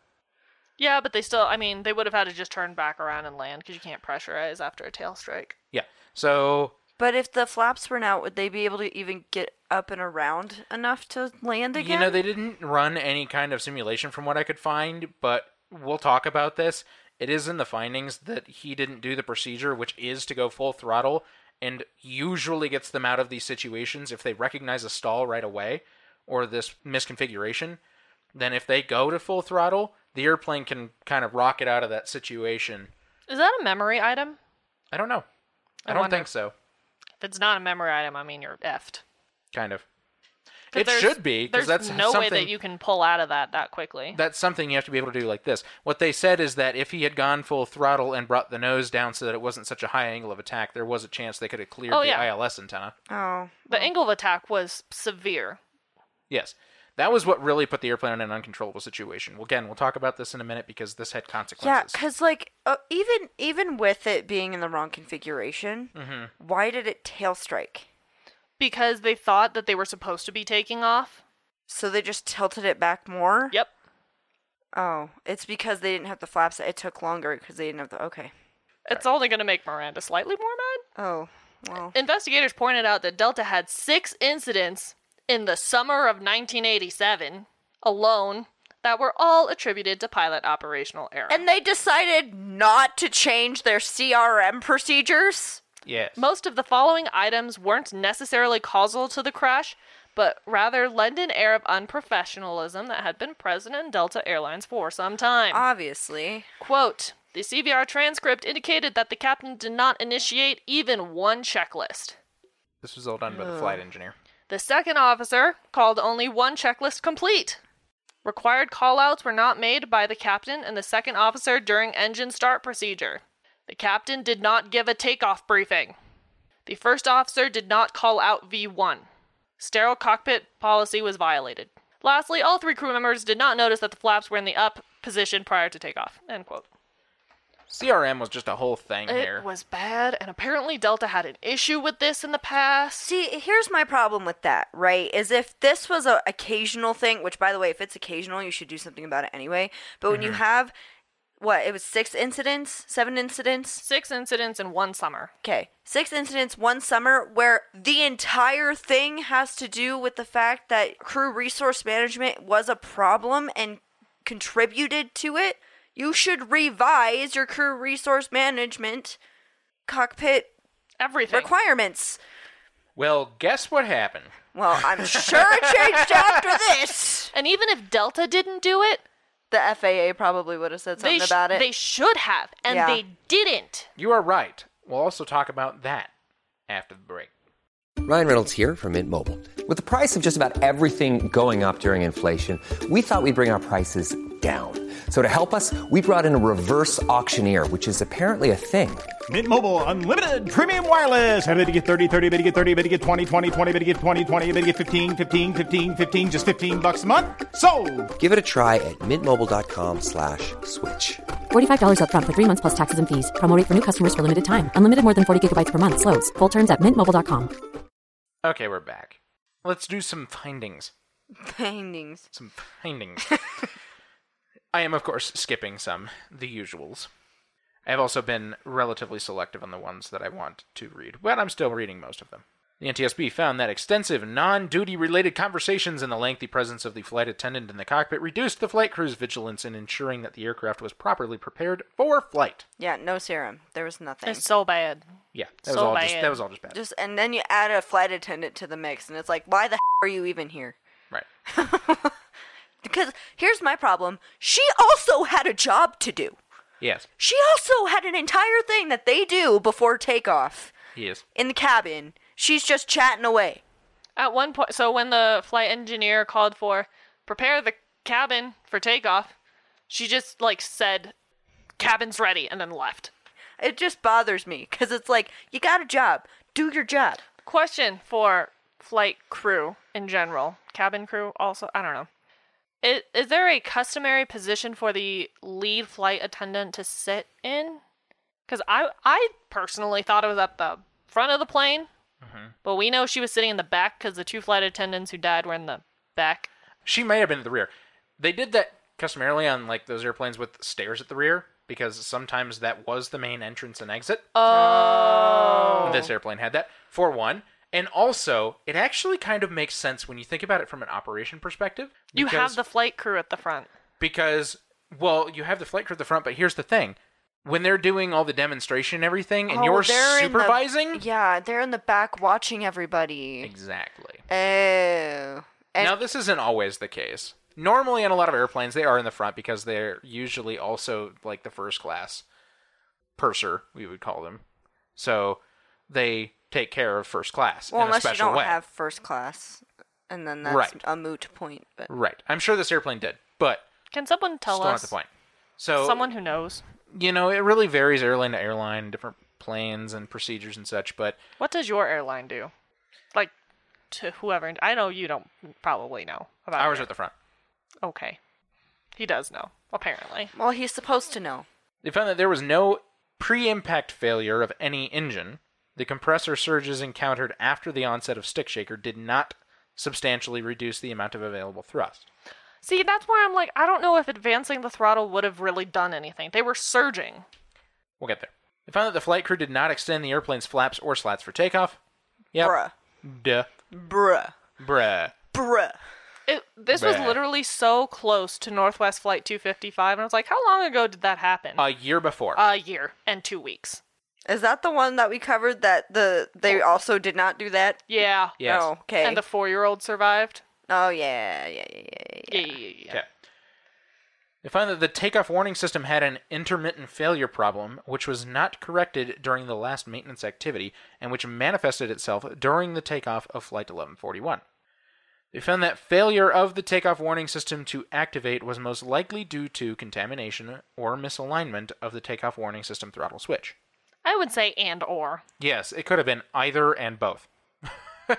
Yeah, but they still, I mean, they would have had to just turn back around and land because you can't pressurize after a tail strike.
Yeah. So
But if the flaps were out, would they be able to even get up and around enough to land again?
You know, they didn't run any kind of simulation from what I could find, but we'll talk about this. It is in the findings that he didn't do the procedure, which is to go full throttle and usually gets them out of these situations if they recognize a stall right away or this misconfiguration. Then, if they go to full throttle, the airplane can kind of rocket out of that situation.
Is that a memory item?
I don't know. I,
I
don't
wonder.
think so.
If it's not a memory item, I mean you're effed.
Kind of.
'Cause
It
there's-
should be because
There's
that's
no
something.
way that you can pull out of that that quickly.
that's something you have to be able to do like this. What they said is that if he had gone full throttle and brought the nose down so that it wasn't such a high angle of attack, there was a chance they could have cleared
Oh,
the
yeah.
ILS antenna.
oh,
the angle of attack was severe.
Yes. That was what really put the airplane in an uncontrollable situation. Well, again, we'll talk about this in a minute because this had
yeah,
consequences.
because like uh, even even with it being in the wrong configuration,
Mm-hmm.
why did it tail strike?
Because they thought that they were supposed to be taking off.
So they just tilted it back more.
Yep.
Oh, it's because they didn't have the flaps. It took longer because they didn't have the. Okay.
It's only going to make Miranda slightly more mad.
Oh, well.
Investigators pointed out that Delta had six incidents in the summer of 1987 alone that were all attributed to pilot operational error.
And they decided not to change their CRM procedures.
yes.
Most of the following items weren't necessarily causal to the crash, but rather lend an air of unprofessionalism that had been present in Delta Airlines for some time.
Obviously.
Quote The CVR transcript indicated that the captain did not initiate even one checklist.
this was all done by the flight engineer.
The second officer called only one checklist complete. Required callouts were not made by the captain and the second officer during engine start procedure. The captain did not give a takeoff briefing. The first officer did not call out V1. Sterile cockpit policy was violated. Lastly, all three crew members did not notice that the flaps were in the up position prior to takeoff. End quote.
CRM was just a whole thing here.
It was bad, and apparently Delta had an issue with this in the past.
See, here's my problem with that, right? Is if this was a occasional thing, which by the way, if it's occasional, you should do something about it anyway. But when you have what, it was six incidents, seven incidents?
Six incidents in one summer.
Okay. Six incidents one summer where the entire thing has to do with the fact that crew resource management was a problem and contributed to it. You should revise your crew resource management cockpit
Everything.
requirements.
Well, guess what happened?
Well, I'm sure it changed after this.
And even if Delta didn't do it,
The FAA probably would have said
they,
something
sh-
about it.
they should have, and
Yeah.
they didn't.
You are right. We'll also talk about that after the break.
Ryan Reynolds here from Mint Mobile. With the price of just about everything going up during inflation, we thought we'd bring our prices down. So to help us, we brought in a reverse auctioneer, which is apparently a thing.
Mint Mobile unlimited premium wireless. Ready to get 30, 30, bit to get 30, bit to get 20, 20, 20, bit to get 20, 20, bit to get 15, 15, 15, 15 just 15 bucks a month. Sold.
Give it a try at mintmobile.com slash switch.
$45 upfront for three months plus taxes and fees. Promo rate for new customers for limited time. Unlimited more than 40 gigabytes per month. Slows. Full terms at mintmobile.com.
Okay, we're back. Let's do some findings.
Findings.
Some findings. I am, of course, skipping some, the usuals. I've also been relatively selective on the ones that I want to read, but I'm still reading most of them. The NTSB found that extensive non duty related conversations and the lengthy presence of the flight attendant in the cockpit reduced the flight crew's vigilance in ensuring that the aircraft was properly prepared for flight.
Yeah, no serum. There was nothing.
It's so bad.
Yeah, that was
So
all just
bad.
that was all just bad.
Just and then you add a flight attendant to the mix, and it's like, why the h- are you even here?
right.
Because here's my problem. She also had a job to do.
Yes.
She also had an entire thing that they do before takeoff
Yes.
in the cabin. She's just chatting away.
At one point, so when the flight engineer called for prepare the cabin for takeoff, she just like said, "Cabin's ready," and then left.
It just bothers me because it's like, you got a job. Do your job.
Question for flight crew in general, cabin crew also. I don't know. Is, is there a customary position for the lead flight attendant to sit in? Because I I personally thought it was at the front of the plane,
Mm-hmm.
but we know she was sitting in the back because the two flight attendants who died were in the back.
She may have been at the rear. They did that customarily on like those airplanes with stairs at the rear. because sometimes that was the main entrance and exit.
Oh.
This airplane had that, for one. And also, it actually kind of makes sense when you think about it from an operation perspective.
You have
because-
the flight crew at the front.
because well you have the flight crew at the front but here's the thing when they're doing all the demonstration and everything and
Oh,
you're
they're in the-
supervising
yeah, they're in the back watching everybody.
exactly
Oh. And
now this isn't always the case normally in a lot of airplanes they are in the front because they're usually also like the first class purser we would call them so they take care of first class
well,
in a
unless you
special
don't
way
have first class, and then that's
Right.
a moot point. But
right i'm sure this airplane did but
Can someone tell
still not
us?
the point so
Someone who knows.
you know it really varies airline to airline different plans and procedures and such but
What does your airline do? Like to whoever. I know you don't probably know about.
Ours
it.
are at the front.
Okay. He does know, apparently.
well, he's supposed to know.
They found that there was no pre impact failure of any engine. The compressor surges encountered after the onset of stick shaker did not substantially reduce the amount of available thrust.
See, that's where I'm like, I don't know if advancing the throttle would have really done anything. They were surging.
We'll get there. They found that the flight crew did not extend the airplane's flaps or slats for takeoff. Yep.
Bruh.
Duh.
Bruh.
Bruh.
Bruh.
It, this was
Bruh.
literally so close to Northwest Flight 255, and I was like, how long ago did that happen?
A year before.
a year and two weeks.
Is that the one that we covered that the they also did not do that?
Yeah.
Yes.
Oh, okay.
And the four year old survived.
oh yeah, yeah, yeah, yeah, yeah.
Yeah, yeah, yeah, yeah.
Okay. They found that the takeoff warning system had an intermittent failure problem, which was not corrected during the last maintenance activity, and which manifested itself during the takeoff of Flight 1141. They found that failure of the takeoff warning system to activate was most likely due to contamination or misalignment of the takeoff warning system throttle switch.
I would say and or.
Yes, it could have been either and both.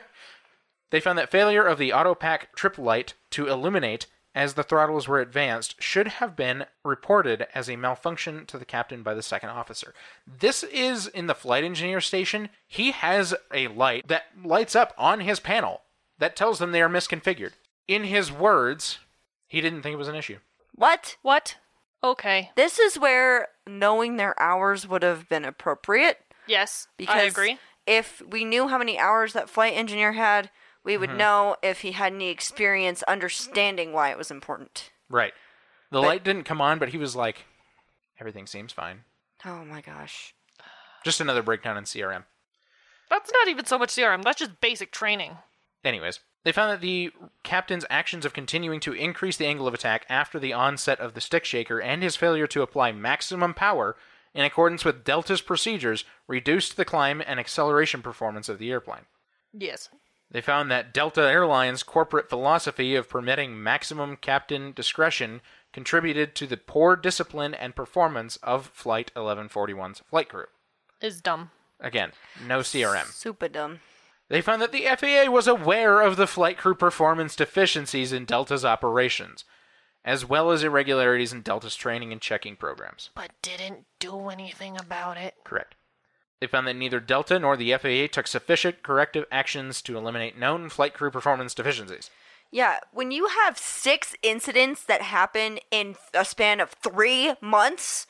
they found that failure of the autopack trip light to illuminate as the throttles were advanced should have been reported as a malfunction to the captain by the second officer. This is in the flight engineer station. He has a light that lights up on his panel that tells them they are misconfigured. In his words, he didn't think it was an issue.
What?
What? Okay.
This is where knowing their hours would have been appropriate
Yes.
because
I agree.
if we knew how many hours that flight engineer had, we would know if he had any experience understanding why it was important.
Right. The
But-
light didn't come on, but he was like, everything seems fine.
Oh my gosh.
Just another breakdown in CRM.
That's not even so much CRM. That's just basic training.
Anyways, they found that the captain's actions of continuing to increase the angle of attack after the onset of the stick shaker and his failure to apply maximum power in accordance with Delta's procedures reduced the climb and acceleration performance of the airplane.
Yes.
They found that Delta Airlines' corporate philosophy of permitting maximum captain discretion contributed to the poor discipline and performance of Flight 1141's flight crew.
Is dumb.
Again, no CRM.
Super dumb.
They found that the FAA was aware of the flight crew performance deficiencies in Delta's operations, as well as irregularities in Delta's training and checking programs.
But didn't do anything about it.
Correct. They found that neither Delta nor the FAA took sufficient corrective actions to eliminate known flight crew performance deficiencies.
Yeah, when you have six incidents that happen in a span of three months,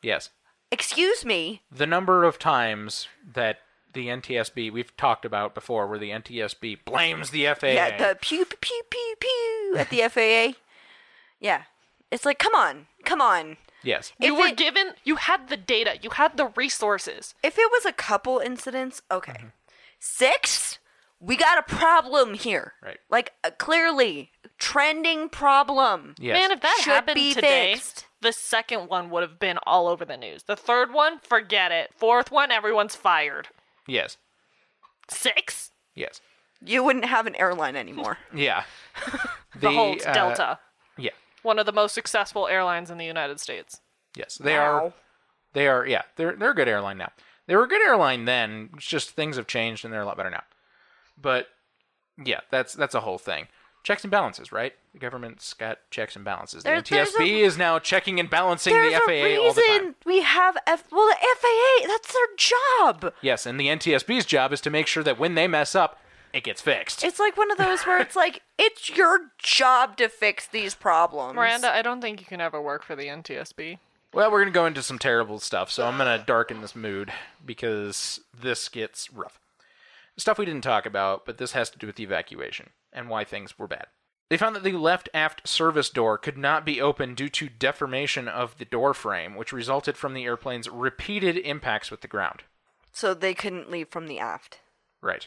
Yes.
excuse me,
The number of times that the NTSB, we've talked about before, where the NTSB blames the FAA.
yeah, the pew pew, pew pew pew at the FAA. Yeah, it's like, come on, come on.
yes.
You
If
were
it-
given, you had the data, you had the resources.
If it was a couple incidents, okay,
Mm-hmm.
six, we got a problem here.
Right.
like a clearly trending problem.
Yes.
Man, if that
Should
happened
be
today,
fixed.
the second one would have been all over the news. The third one, forget it. Fourth one, everyone's fired.
yes.
Six?
Yes.
You wouldn't have an airline anymore.
Yeah. the,
The, whole
uh,
Delta,
Yeah.
one of the most successful airlines in the United States.
Yes. They are
Wow.
They are, yeah, they're they're a good airline now. They were a good airline then. It's just things have changed and they're a lot better now. But yeah, that's that's a whole thing. Checks and balances, right? The government's got checks and balances. The
There- there's
NTSB is now checking and balancing
There's
the FAA
a
all the time.
reason we have F. Well, the FAA, that's their job.
Yes, and the NTSB's job is to make sure that when they mess up, it gets fixed.
It's like one of those where it's like it's your job to fix these problems.
Miranda, I don't think you can ever work for the NTSB.
Well, we're going to go into some terrible stuff, so I'm going to darken this mood because this gets rough. Stuff we didn't talk about, but this has to do with the evacuation and why things were bad. They found that the left aft service door could not be opened due to deformation of the door frame, which resulted from the airplane's repeated impacts with the ground.
So they couldn't leave from the aft.
Right.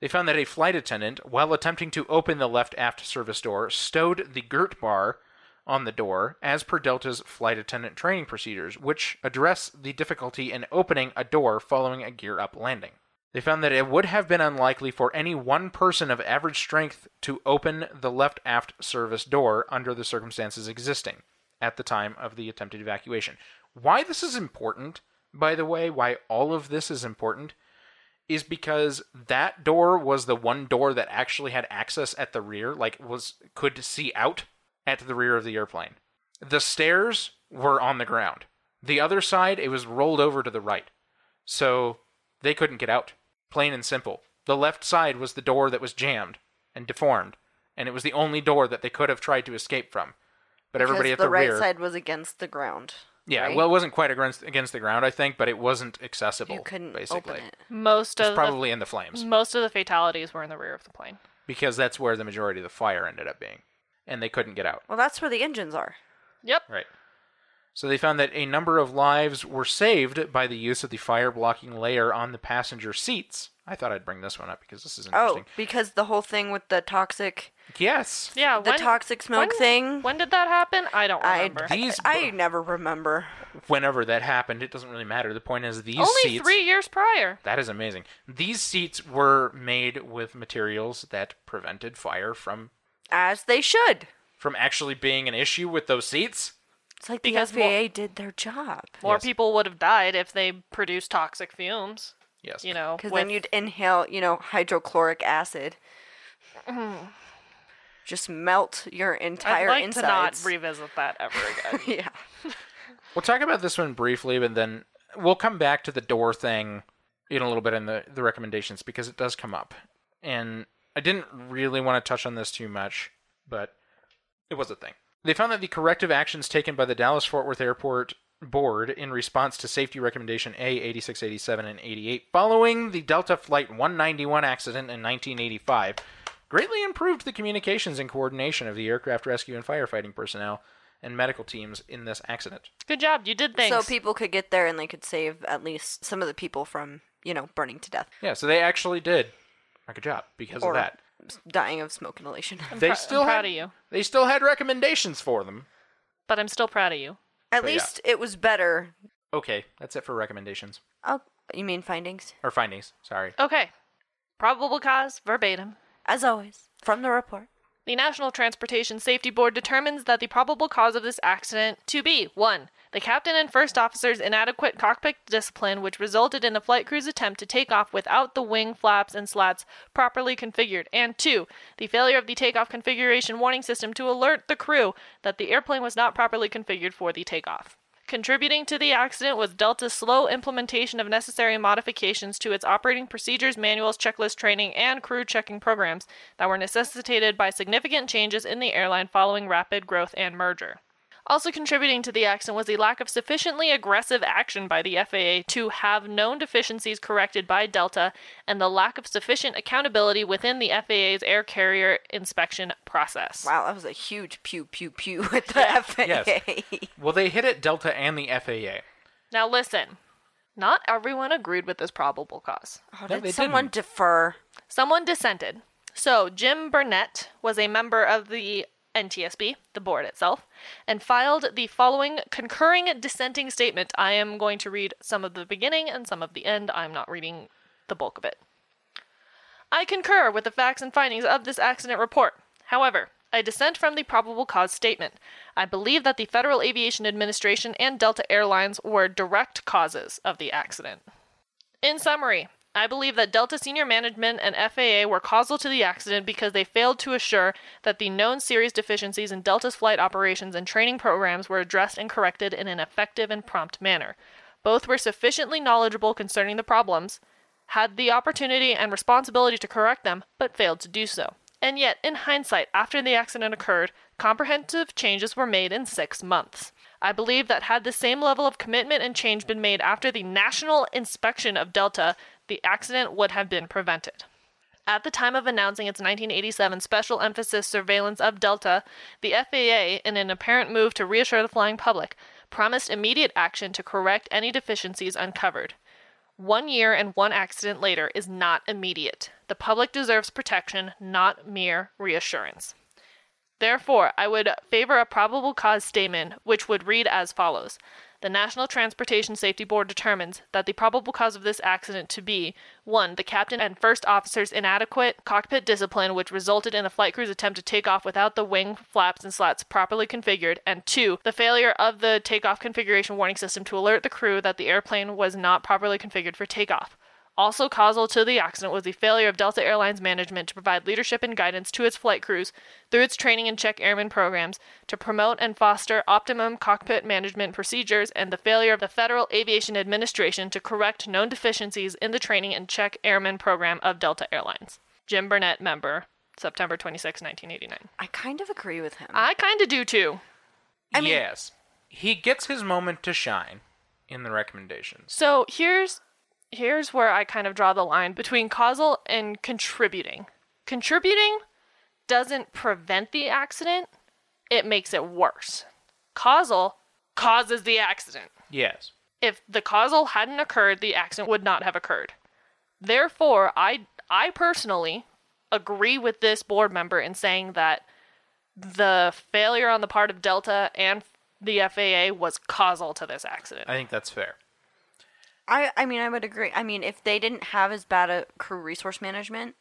They found that a flight attendant, while attempting to open the left aft service door, stowed the girt bar on the door, as per Delta's flight attendant training procedures, which address the difficulty in opening a door following a gear up landing. They found that it would have been unlikely for any one person of average strength to open the left aft service door under the circumstances existing at the time of the attempted evacuation. Why this is important, by the way, why all of this is important, is because that door was the one door that actually had access at the rear, like was could see out at the rear of the airplane. The stairs were on the ground. The other side, it was rolled over to the right. So they couldn't get out. Plain and simple. The left side was the door that was jammed and deformed, and it was the only door that they could have tried to escape from. But everybody
Because
at
the,
the,
right
rear,
side was against the ground.
yeah,
right?
well, it wasn't quite against against the ground, I think, but it wasn't accessible.
you couldn't
basically.
open it.
Most
It's
of
probably in the flames
the, most of the fatalities were in the rear of the plane.
because that's where the majority of the fire ended up being, and they couldn't get out.
Well, that's where the engines are.
Yep.
Right. So they found that a number of lives were saved by the use of the fire blocking layer on the passenger seats. I thought I'd bring this one up because this is
Oh,
interesting.
because the whole thing with the toxic.
Yes.
Yeah.
The
when-
toxic smoke
when-
thing?
When did that happen? I don't
I,
remember.
These-
I, I never remember.
Whenever that happened, it doesn't really matter. The point is these
Only
seats
three years prior.
That is amazing. These seats were made with materials that prevented fire from
As they should.
from actually being an issue with those seats.
It's like the
Because
FAA did their job.
More
Yes.
people would have died if they produced toxic fumes.
Yes.
You know,
Because
with-
then you'd inhale, you know, hydrochloric acid. Just melt your
Mm-hmm. I'd
entire
like to
insides.
not revisit that ever again.
yeah.
We'll talk about this one briefly, but then we'll come back to the door thing in a little bit in the, the recommendations because it does come up. And I didn't really want to touch on this too much, but it was a thing. They found that the corrective actions taken by the Dallas Fort Worth Airport Board in response to safety recommendation A 86, 87, and 88 following the Delta Flight 191 accident in 1985 greatly improved the communications and coordination of the aircraft rescue and firefighting personnel and medical teams in this accident.
Good job. You did things.
So people could get there and they could save at least some of the people from, you know, burning to death
Yeah, so they actually did a good job because
Or-
of that.
dying of smoke inhalation.
They
prou- I'm
still
proud
had,
of you.
They still had recommendations for them.
but I'm still proud of you.
at
But yeah.
least it was better.
Okay, that's it for recommendations
Oh, you mean findings?
or findings. Sorry.
Okay. Probable cause verbatim.
As always, from the report.
The National Transportation Safety Board determines that the probable cause of this accident to be 1. The captain and first officer's inadequate cockpit discipline, which resulted in the flight crew's attempt to take off without the wing flaps and slats properly configured, and 2. The failure of the takeoff configuration warning system to alert the crew that the airplane was not properly configured for the takeoff. Contributing to the accident was Delta's slow implementation of necessary modifications to its operating procedures, manuals, checklist training, and crew checking programs that were necessitated by significant changes in the airline following rapid growth and merger. Also contributing to the accident was the lack of sufficiently aggressive action by the FAA to have known deficiencies corrected by Delta and the lack of sufficient accountability within the FAA's air carrier inspection process.
Wow, that was a huge pew pew pew with the Oh, FAA.
Well, they hit it Delta and the FAA.
Now, listen, not everyone agreed with this probable cause.
Oh,
No,
did
they
someone
didn't.
defer?
Someone dissented. So, Jim Burnett was a member of the NTSB, the board itself, and filed the following concurring dissenting statement. I am going to read some of the beginning and some of the end. I'm not reading the bulk of it. I concur with the facts and findings of this accident report. However, I dissent from the probable cause statement. I believe that the Federal Aviation Administration and Delta Airlines were direct causes of the accident. In summary, I believe that Delta senior management and FAA were causal to the accident because they failed to assure that the known serious deficiencies in Delta's flight operations and training programs were addressed and corrected in an effective and prompt manner. Both were sufficiently knowledgeable concerning the problems, had the opportunity and responsibility to correct them, but failed to do so. And yet, in hindsight, after the accident occurred, comprehensive changes were made in six months. I believe that had the same level of commitment and change been made after the national inspection of Delta, the accident would have been prevented. At the time of announcing its 1987 special emphasis surveillance of Delta, the FAA, in an apparent move to reassure the flying public, promised immediate action to correct any deficiencies uncovered. One year and one accident later is not immediate. The public deserves protection, not mere reassurance. Therefore, I would favor a probable cause statement which would read as follows The National Transportation Safety Board determines that the probable cause of this accident to be 1. The captain and first officer's inadequate cockpit discipline, which resulted in the flight crew's attempt to take off without the wing flaps and slats properly configured, and 2. The failure of the takeoff configuration warning system to alert the crew that the airplane was not properly configured for takeoff. Also causal to the accident was the failure of Delta Airlines management to provide leadership and guidance to its flight crews through its training and check airmen programs to promote and foster optimum cockpit management procedures and the failure of the Federal Aviation Administration to correct known deficiencies in the training and check airmen program of Delta Airlines. Jim Burnett member, September 26, 1989.
I kind of agree with him.
I kind of do too.
mean-
yes, he gets his moment to shine in the recommendations.
So here's here's where I kind of draw the line between causal and contributing. Contributing doesn't prevent the accident, it makes it worse. Causal causes the accident.
Yes,
If the causal hadn't occurred, the accident would not have occurred. Therefore, I I personally agree with this board member in saying that the failure on the part of Delta and the FAA was causal to this accident.
I think that's fair.
I, I mean, I would agree. I mean, if they didn't have as bad a crew resource management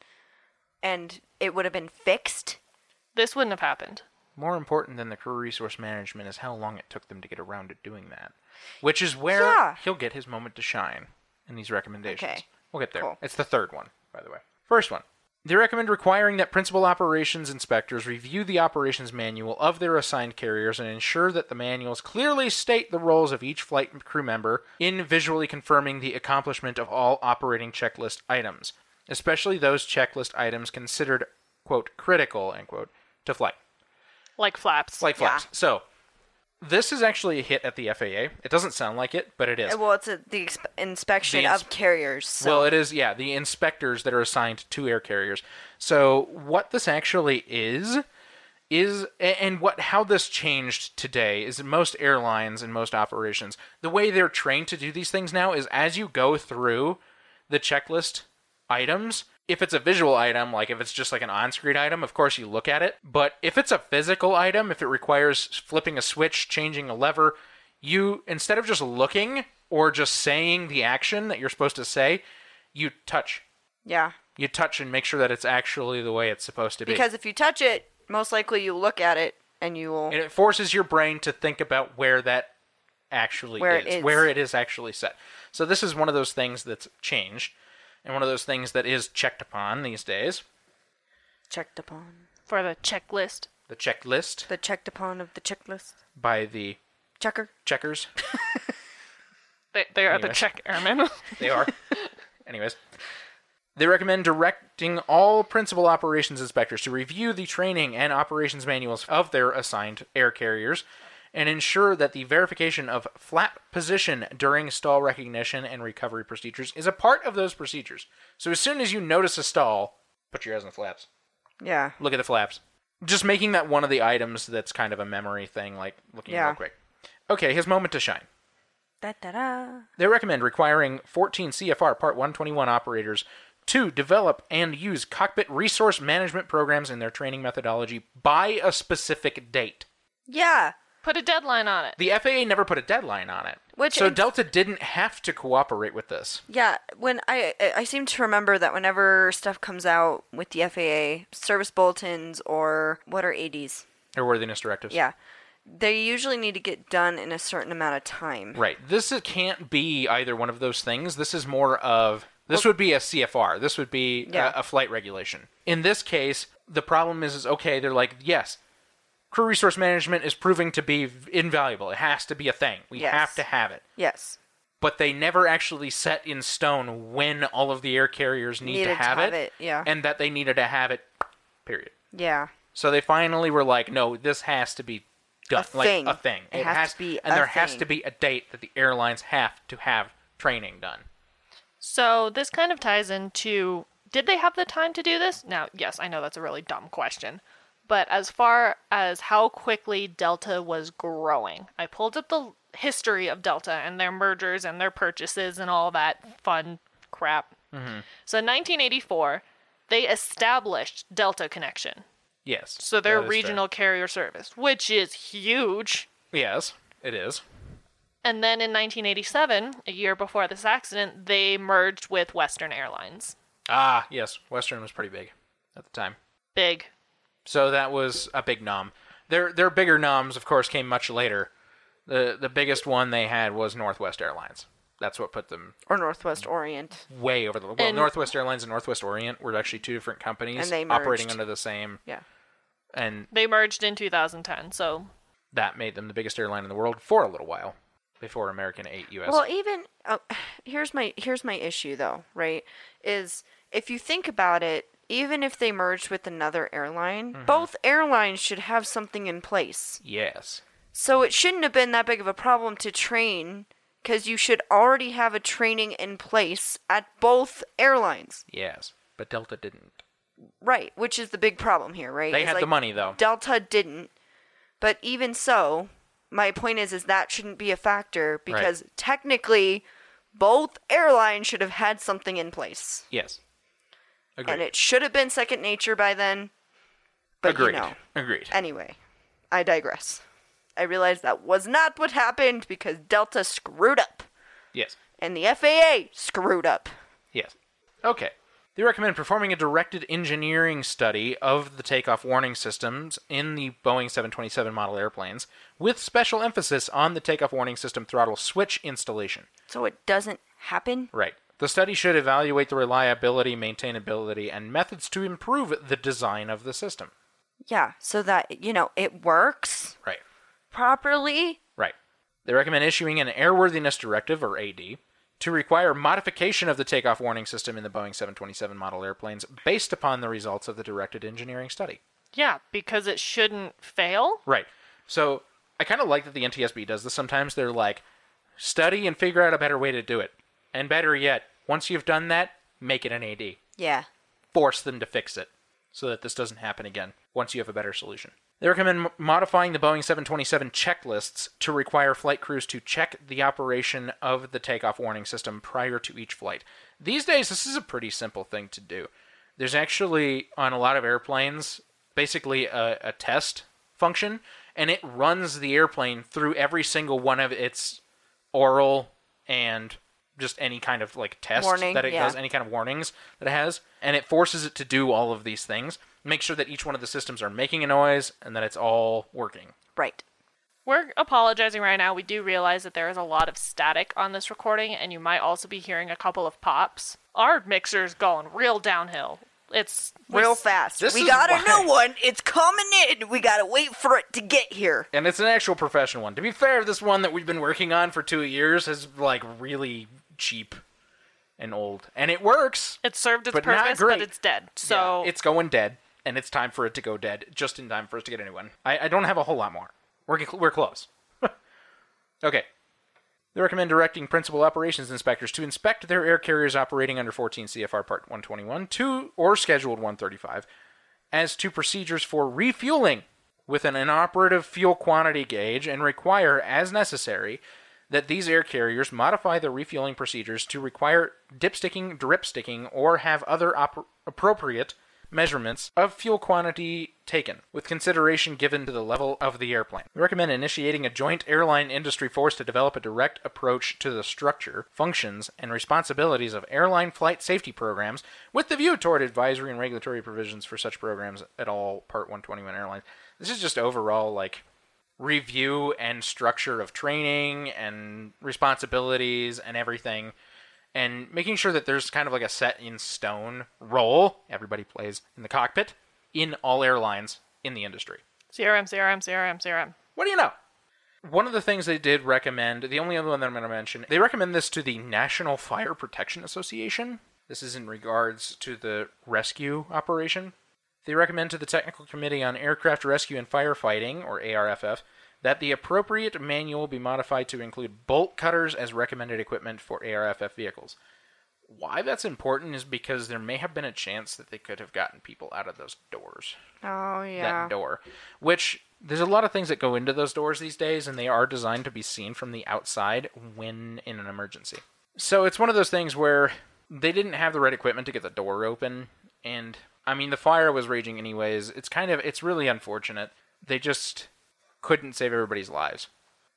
and it would have been fixed,
This wouldn't have happened.
More important than the crew resource management is how long it took them to get around to doing that, which is where
Yeah.
he'll get his moment to shine in these recommendations.
Okay.
We'll get there.
Cool.
It's the third one, by the way. First one. They recommend requiring that principal operations inspectors review the operations manual of their assigned carriers and ensure that the manuals clearly state the roles of each flight crew member in visually confirming the accomplishment of all operating checklist items, especially those checklist items considered, quote, critical, end quote, to flight.
Like flaps.
Like flaps. So this is actually a hit at the FAA. It doesn't sound like it, but it is.
well, it's a, the exp- inspection
The ins-
of carriers. So.
Well, it is, yeah, the inspectors that are assigned to air carriers. So what this actually is is a- and what how this changed today is in most airlines and most operations, the way they're trained to do these things now is as you go through the checklist items, if it's a visual item, like if it's just like an on-screen item, of course you look at it, but if it's a physical item, if it requires flipping a switch, changing a lever, you instead of just looking or just saying the action that you're supposed to say, you touch.
yeah.
You touch and make sure that it's actually the way it's supposed to be.
Because if you touch it, most likely you look at it and you will.
and it forces your brain to think about where that actually
Where
is,
it is.
where it is actually set. So this is one of those things that's changed and one of those things that is checked upon these days.
checked upon.
for the checklist.
The checklist
The checked upon of the checklist.
by the
Checker.
checkers.
They, they are the
Anyway.
check airmen.
They are. Anyways. They recommend directing all principal operations inspectors to review the training and operations manuals of their assigned air carriers and ensure that the verification of flap position during stall recognition and recovery procedures is a part of those procedures. So as soon as you notice a stall, put your eyes on the flaps.
Yeah.
Look at the flaps. Just making that one of the items that's kind of a memory thing, like looking
Yeah.
real quick. Okay, his moment to shine.
Da da da.
They recommend requiring 14 CFR Part 121 operators to develop and use cockpit resource management programs in their training methodology by a specific date.
Yeah.
Put a deadline on it.
The FAA never put a deadline on it.
Which
so
in-
Delta didn't have to cooperate with this.
Yeah, when I I- I seem to remember that whenever stuff comes out with the FAA service bulletins or what are ADs,
Airworthiness directives.
yeah, they usually need to get done in a certain amount of time.
Right. This is, can't be either one of those things. This is more of this would be a CFR. This would be a-
Yeah.
a, flight regulation. In this case, the problem is is okay. They're like, yes, crew resource management is proving to be v- invaluable. It has to be a thing. We
Yes.
have to have it.
Yes,
But they never actually set in stone when all of the air carriers need to
Needed
have, it,
yeah.
and that they needed to have it. Period.
yeah,
So they finally were like, no, this has to be done, like
thing.
a thing.
It has to be
and
a
there has
thing.
to be a date that the airlines have to have training done.
So this kind of ties into did they have the time to do this? Now, yes, I know that's a really dumb question. But as far as how quickly Delta was growing, I pulled up the history of Delta and their mergers and their purchases and all that fun crap.
Mm-hmm.
So in 1984, they established Delta Connection.
Yes.
So their
that is
regional carrier service, which is huge.
fair. Yes, it is.
And then in 1987, a year before this accident, they merged with Western Airlines.
Ah, yes. Western was pretty big at the time.
Big.
So that was a big nom. Their their bigger noms, of course, came much later. The the biggest one they had was Northwest Airlines. That's what put them
or Northwest Orient.
way over the well.
And-
Northwest Airlines and Northwest Orient were actually two different companies
And they
operating
merged.
under the same,
Yeah.
and
They merged in 2010. So,
that made them the biggest airline in the world for a little while before American ate U.S.
Well, even uh, here's my here's my issue though, right? Is if you think about it, even if they merged with another airline, both airlines should have something in place.
yes,
So it shouldn't have been that big of a problem to train because you should already have a training in place at both airlines,
yes, but Delta didn't.
right? Which is the big problem here, right?
They
Is
had the
like,
money though.
Delta didn't. But even so, my point is is that shouldn't be a factor because technically both airlines should have had something in place.
yes, agreed.
And it should have been second nature by then. But
agreed.
you know.
Agreed.
Anyway, I digress. I realize that was not what happened because Delta screwed up
yes.
and the FAA screwed up.
Yes. Okay. They recommend performing a directed engineering study of the takeoff warning systems in the Boeing 727 model airplanes, with special emphasis on the takeoff warning system throttle switch installation.
So it doesn't happen.
Right. The study should evaluate the reliability, maintainability, and methods to improve the design of the system.
Yeah, so that you know it works
Right.
properly.
Right. They recommend issuing an airworthiness directive, or AD, to require modification of the takeoff warning system in the Boeing 727 model airplanes based upon the results of the directed engineering study.
yeah, because it shouldn't fail.
Right. So I kind of like that the NTSB does this sometimes. They're like, study and figure out a better way to do it. And better yet, once you've done that, make it an AD.
Yeah.
Force them to fix it so that this doesn't happen again once you have a better solution. They recommend m- modifying the Boeing 727 checklists to require flight crews to check the operation of the takeoff warning system prior to each flight. These days, this is a pretty simple thing to do. There's actually, on a lot of airplanes, basically a, a test function, and it runs the airplane through every single one of its oral and just any kind of like test
Warning,
that it
yeah.
does, any kind of warnings that it has, and it forces it to do all of these things. Make sure that each one of the systems are making a noise and that it's all working.
Right.
We're apologizing right now. We do realize that there is a lot of static on this recording, and you might also be hearing a couple of pops. Our mixer's going real downhill. It's we-
real fast.
this
we
is
got
why-
a new one. It's coming in. We gotta wait for it to get here.
And it's an actual professional one. To be fair, this one that we've been working on for two years is like really cheap and old, and it works.
It served its
But not
purpose,
great.
but it's dead. So
Yeah, it's going dead, and it's time for it to go dead, just in time for us to get a new one. I, I don't have a whole lot more. We're get- we're close. okay. They recommend directing principal operations inspectors to inspect their air carriers operating under 14 CFR Part 121 2 or Scheduled 135 as to procedures for refueling with an inoperative fuel quantity gauge and require, as necessary, that these air carriers modify their refueling procedures to require dipsticking, drip sticking, or have other op- appropriate measurements of fuel quantity taken, with consideration given to the level of the airplane. We recommend initiating a joint airline industry force to develop a direct approach to the structure, functions, and responsibilities of airline flight safety programs with the view toward advisory and regulatory provisions for such programs at all Part 121 airlines. This is just overall, like, review and structure of training and responsibilities and everything and making sure that there's kind of like a set in stone role everybody plays in the cockpit in all airlines in the industry.
CRM, CRM, CRM, CRM.
What do you know? One of the things they did recommend, the only other one that I'm going to mention, they recommend this to the National Fire Protection Association. This is in regards to the rescue operation. They recommend to the Technical Committee on Aircraft Rescue and Firefighting, or ARFF, That the appropriate manual be modified to include bolt cutters as recommended equipment for ARFF vehicles. Why that's important is because there may have been a chance that they could have gotten people out of those doors
Oh yeah.
that door. Which there's a lot of things that go into those doors these days, and they are designed to be seen from the outside when in an emergency. So it's one of those things where they didn't have the right equipment to get the door open, and I mean the fire was raging anyways. It's kind of it's really unfortunate. They just couldn't save everybody's lives.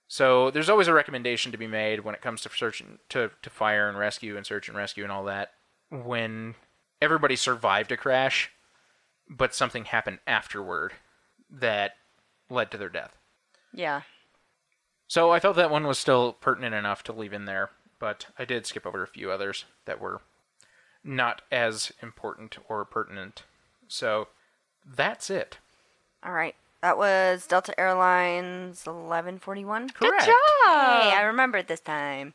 So there's always a recommendation to be made when it comes to search and, to, to fire and rescue and search and rescue and all that. When everybody survived a crash, but something happened afterward that led to their death.
Yeah.
So I felt that one was still pertinent enough to leave in there, but I did skip over a few others that were not as important or pertinent. So that's it.
All right. That was Delta Airlines 1141.
Correct. Uh,
Hey, I remembered this time.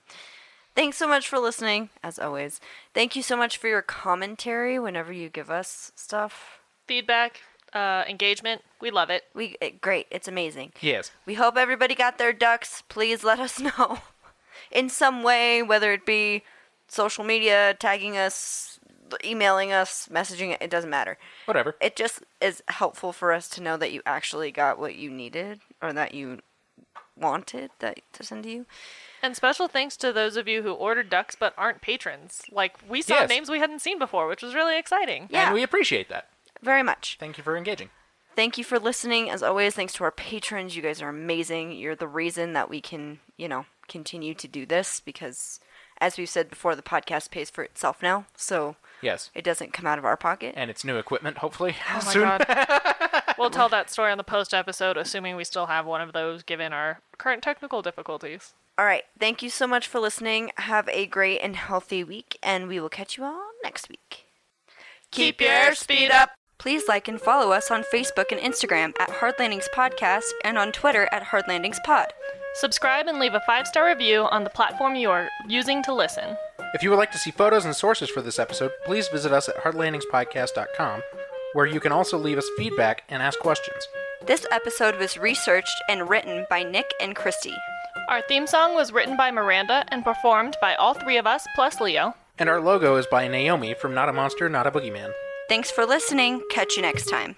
Thanks so much for listening, as always. Thank you so much for your commentary whenever you give us stuff.
Feedback, uh, engagement, we love it.
We it, great, it's amazing.
Yes.
We hope everybody got their ducks. Please let us know in some way, whether it be social media, tagging us, emailing us, messaging, it doesn't matter.
Whatever.
It just is helpful for us to know that you actually got what you needed or that you wanted that to send to you.
And special thanks to those of you who ordered ducks but aren't patrons. Like we saw
Yes.
names we hadn't seen before, which was really exciting.
Yeah,
And we appreciate that.
very much.
Thank you for engaging.
Thank you for listening. As always, thanks to our patrons. You guys are amazing. You're the reason that we can, you know, continue to do this because, as we've said before, the podcast pays for itself now. So
Yes.
it doesn't come out of our pocket.
And it's new equipment, hopefully.
Oh my god. we'll tell that story on the post episode, assuming we still have one of those given our current technical difficulties.
All right. Thank you so much for listening. Have a great and healthy week, and we will catch you all next week.
Keep your speed up.
Please like and follow us on Facebook and Instagram at Hard Landings Podcast and on Twitter at Hard Landings Pod.
Subscribe and leave a five star review on the platform you are using to listen.
If you would like to see photos and sources for this episode, please visit us at hardlandingspodcast.com, where you can also leave us feedback and ask questions.
This episode was researched and written by Nick and Christy.
Our theme song was written by Miranda and performed by all three of us plus Leo.
And our logo is by Naomi from Not a Monster, Not a Boogeyman.
Thanks for listening. Catch you next time.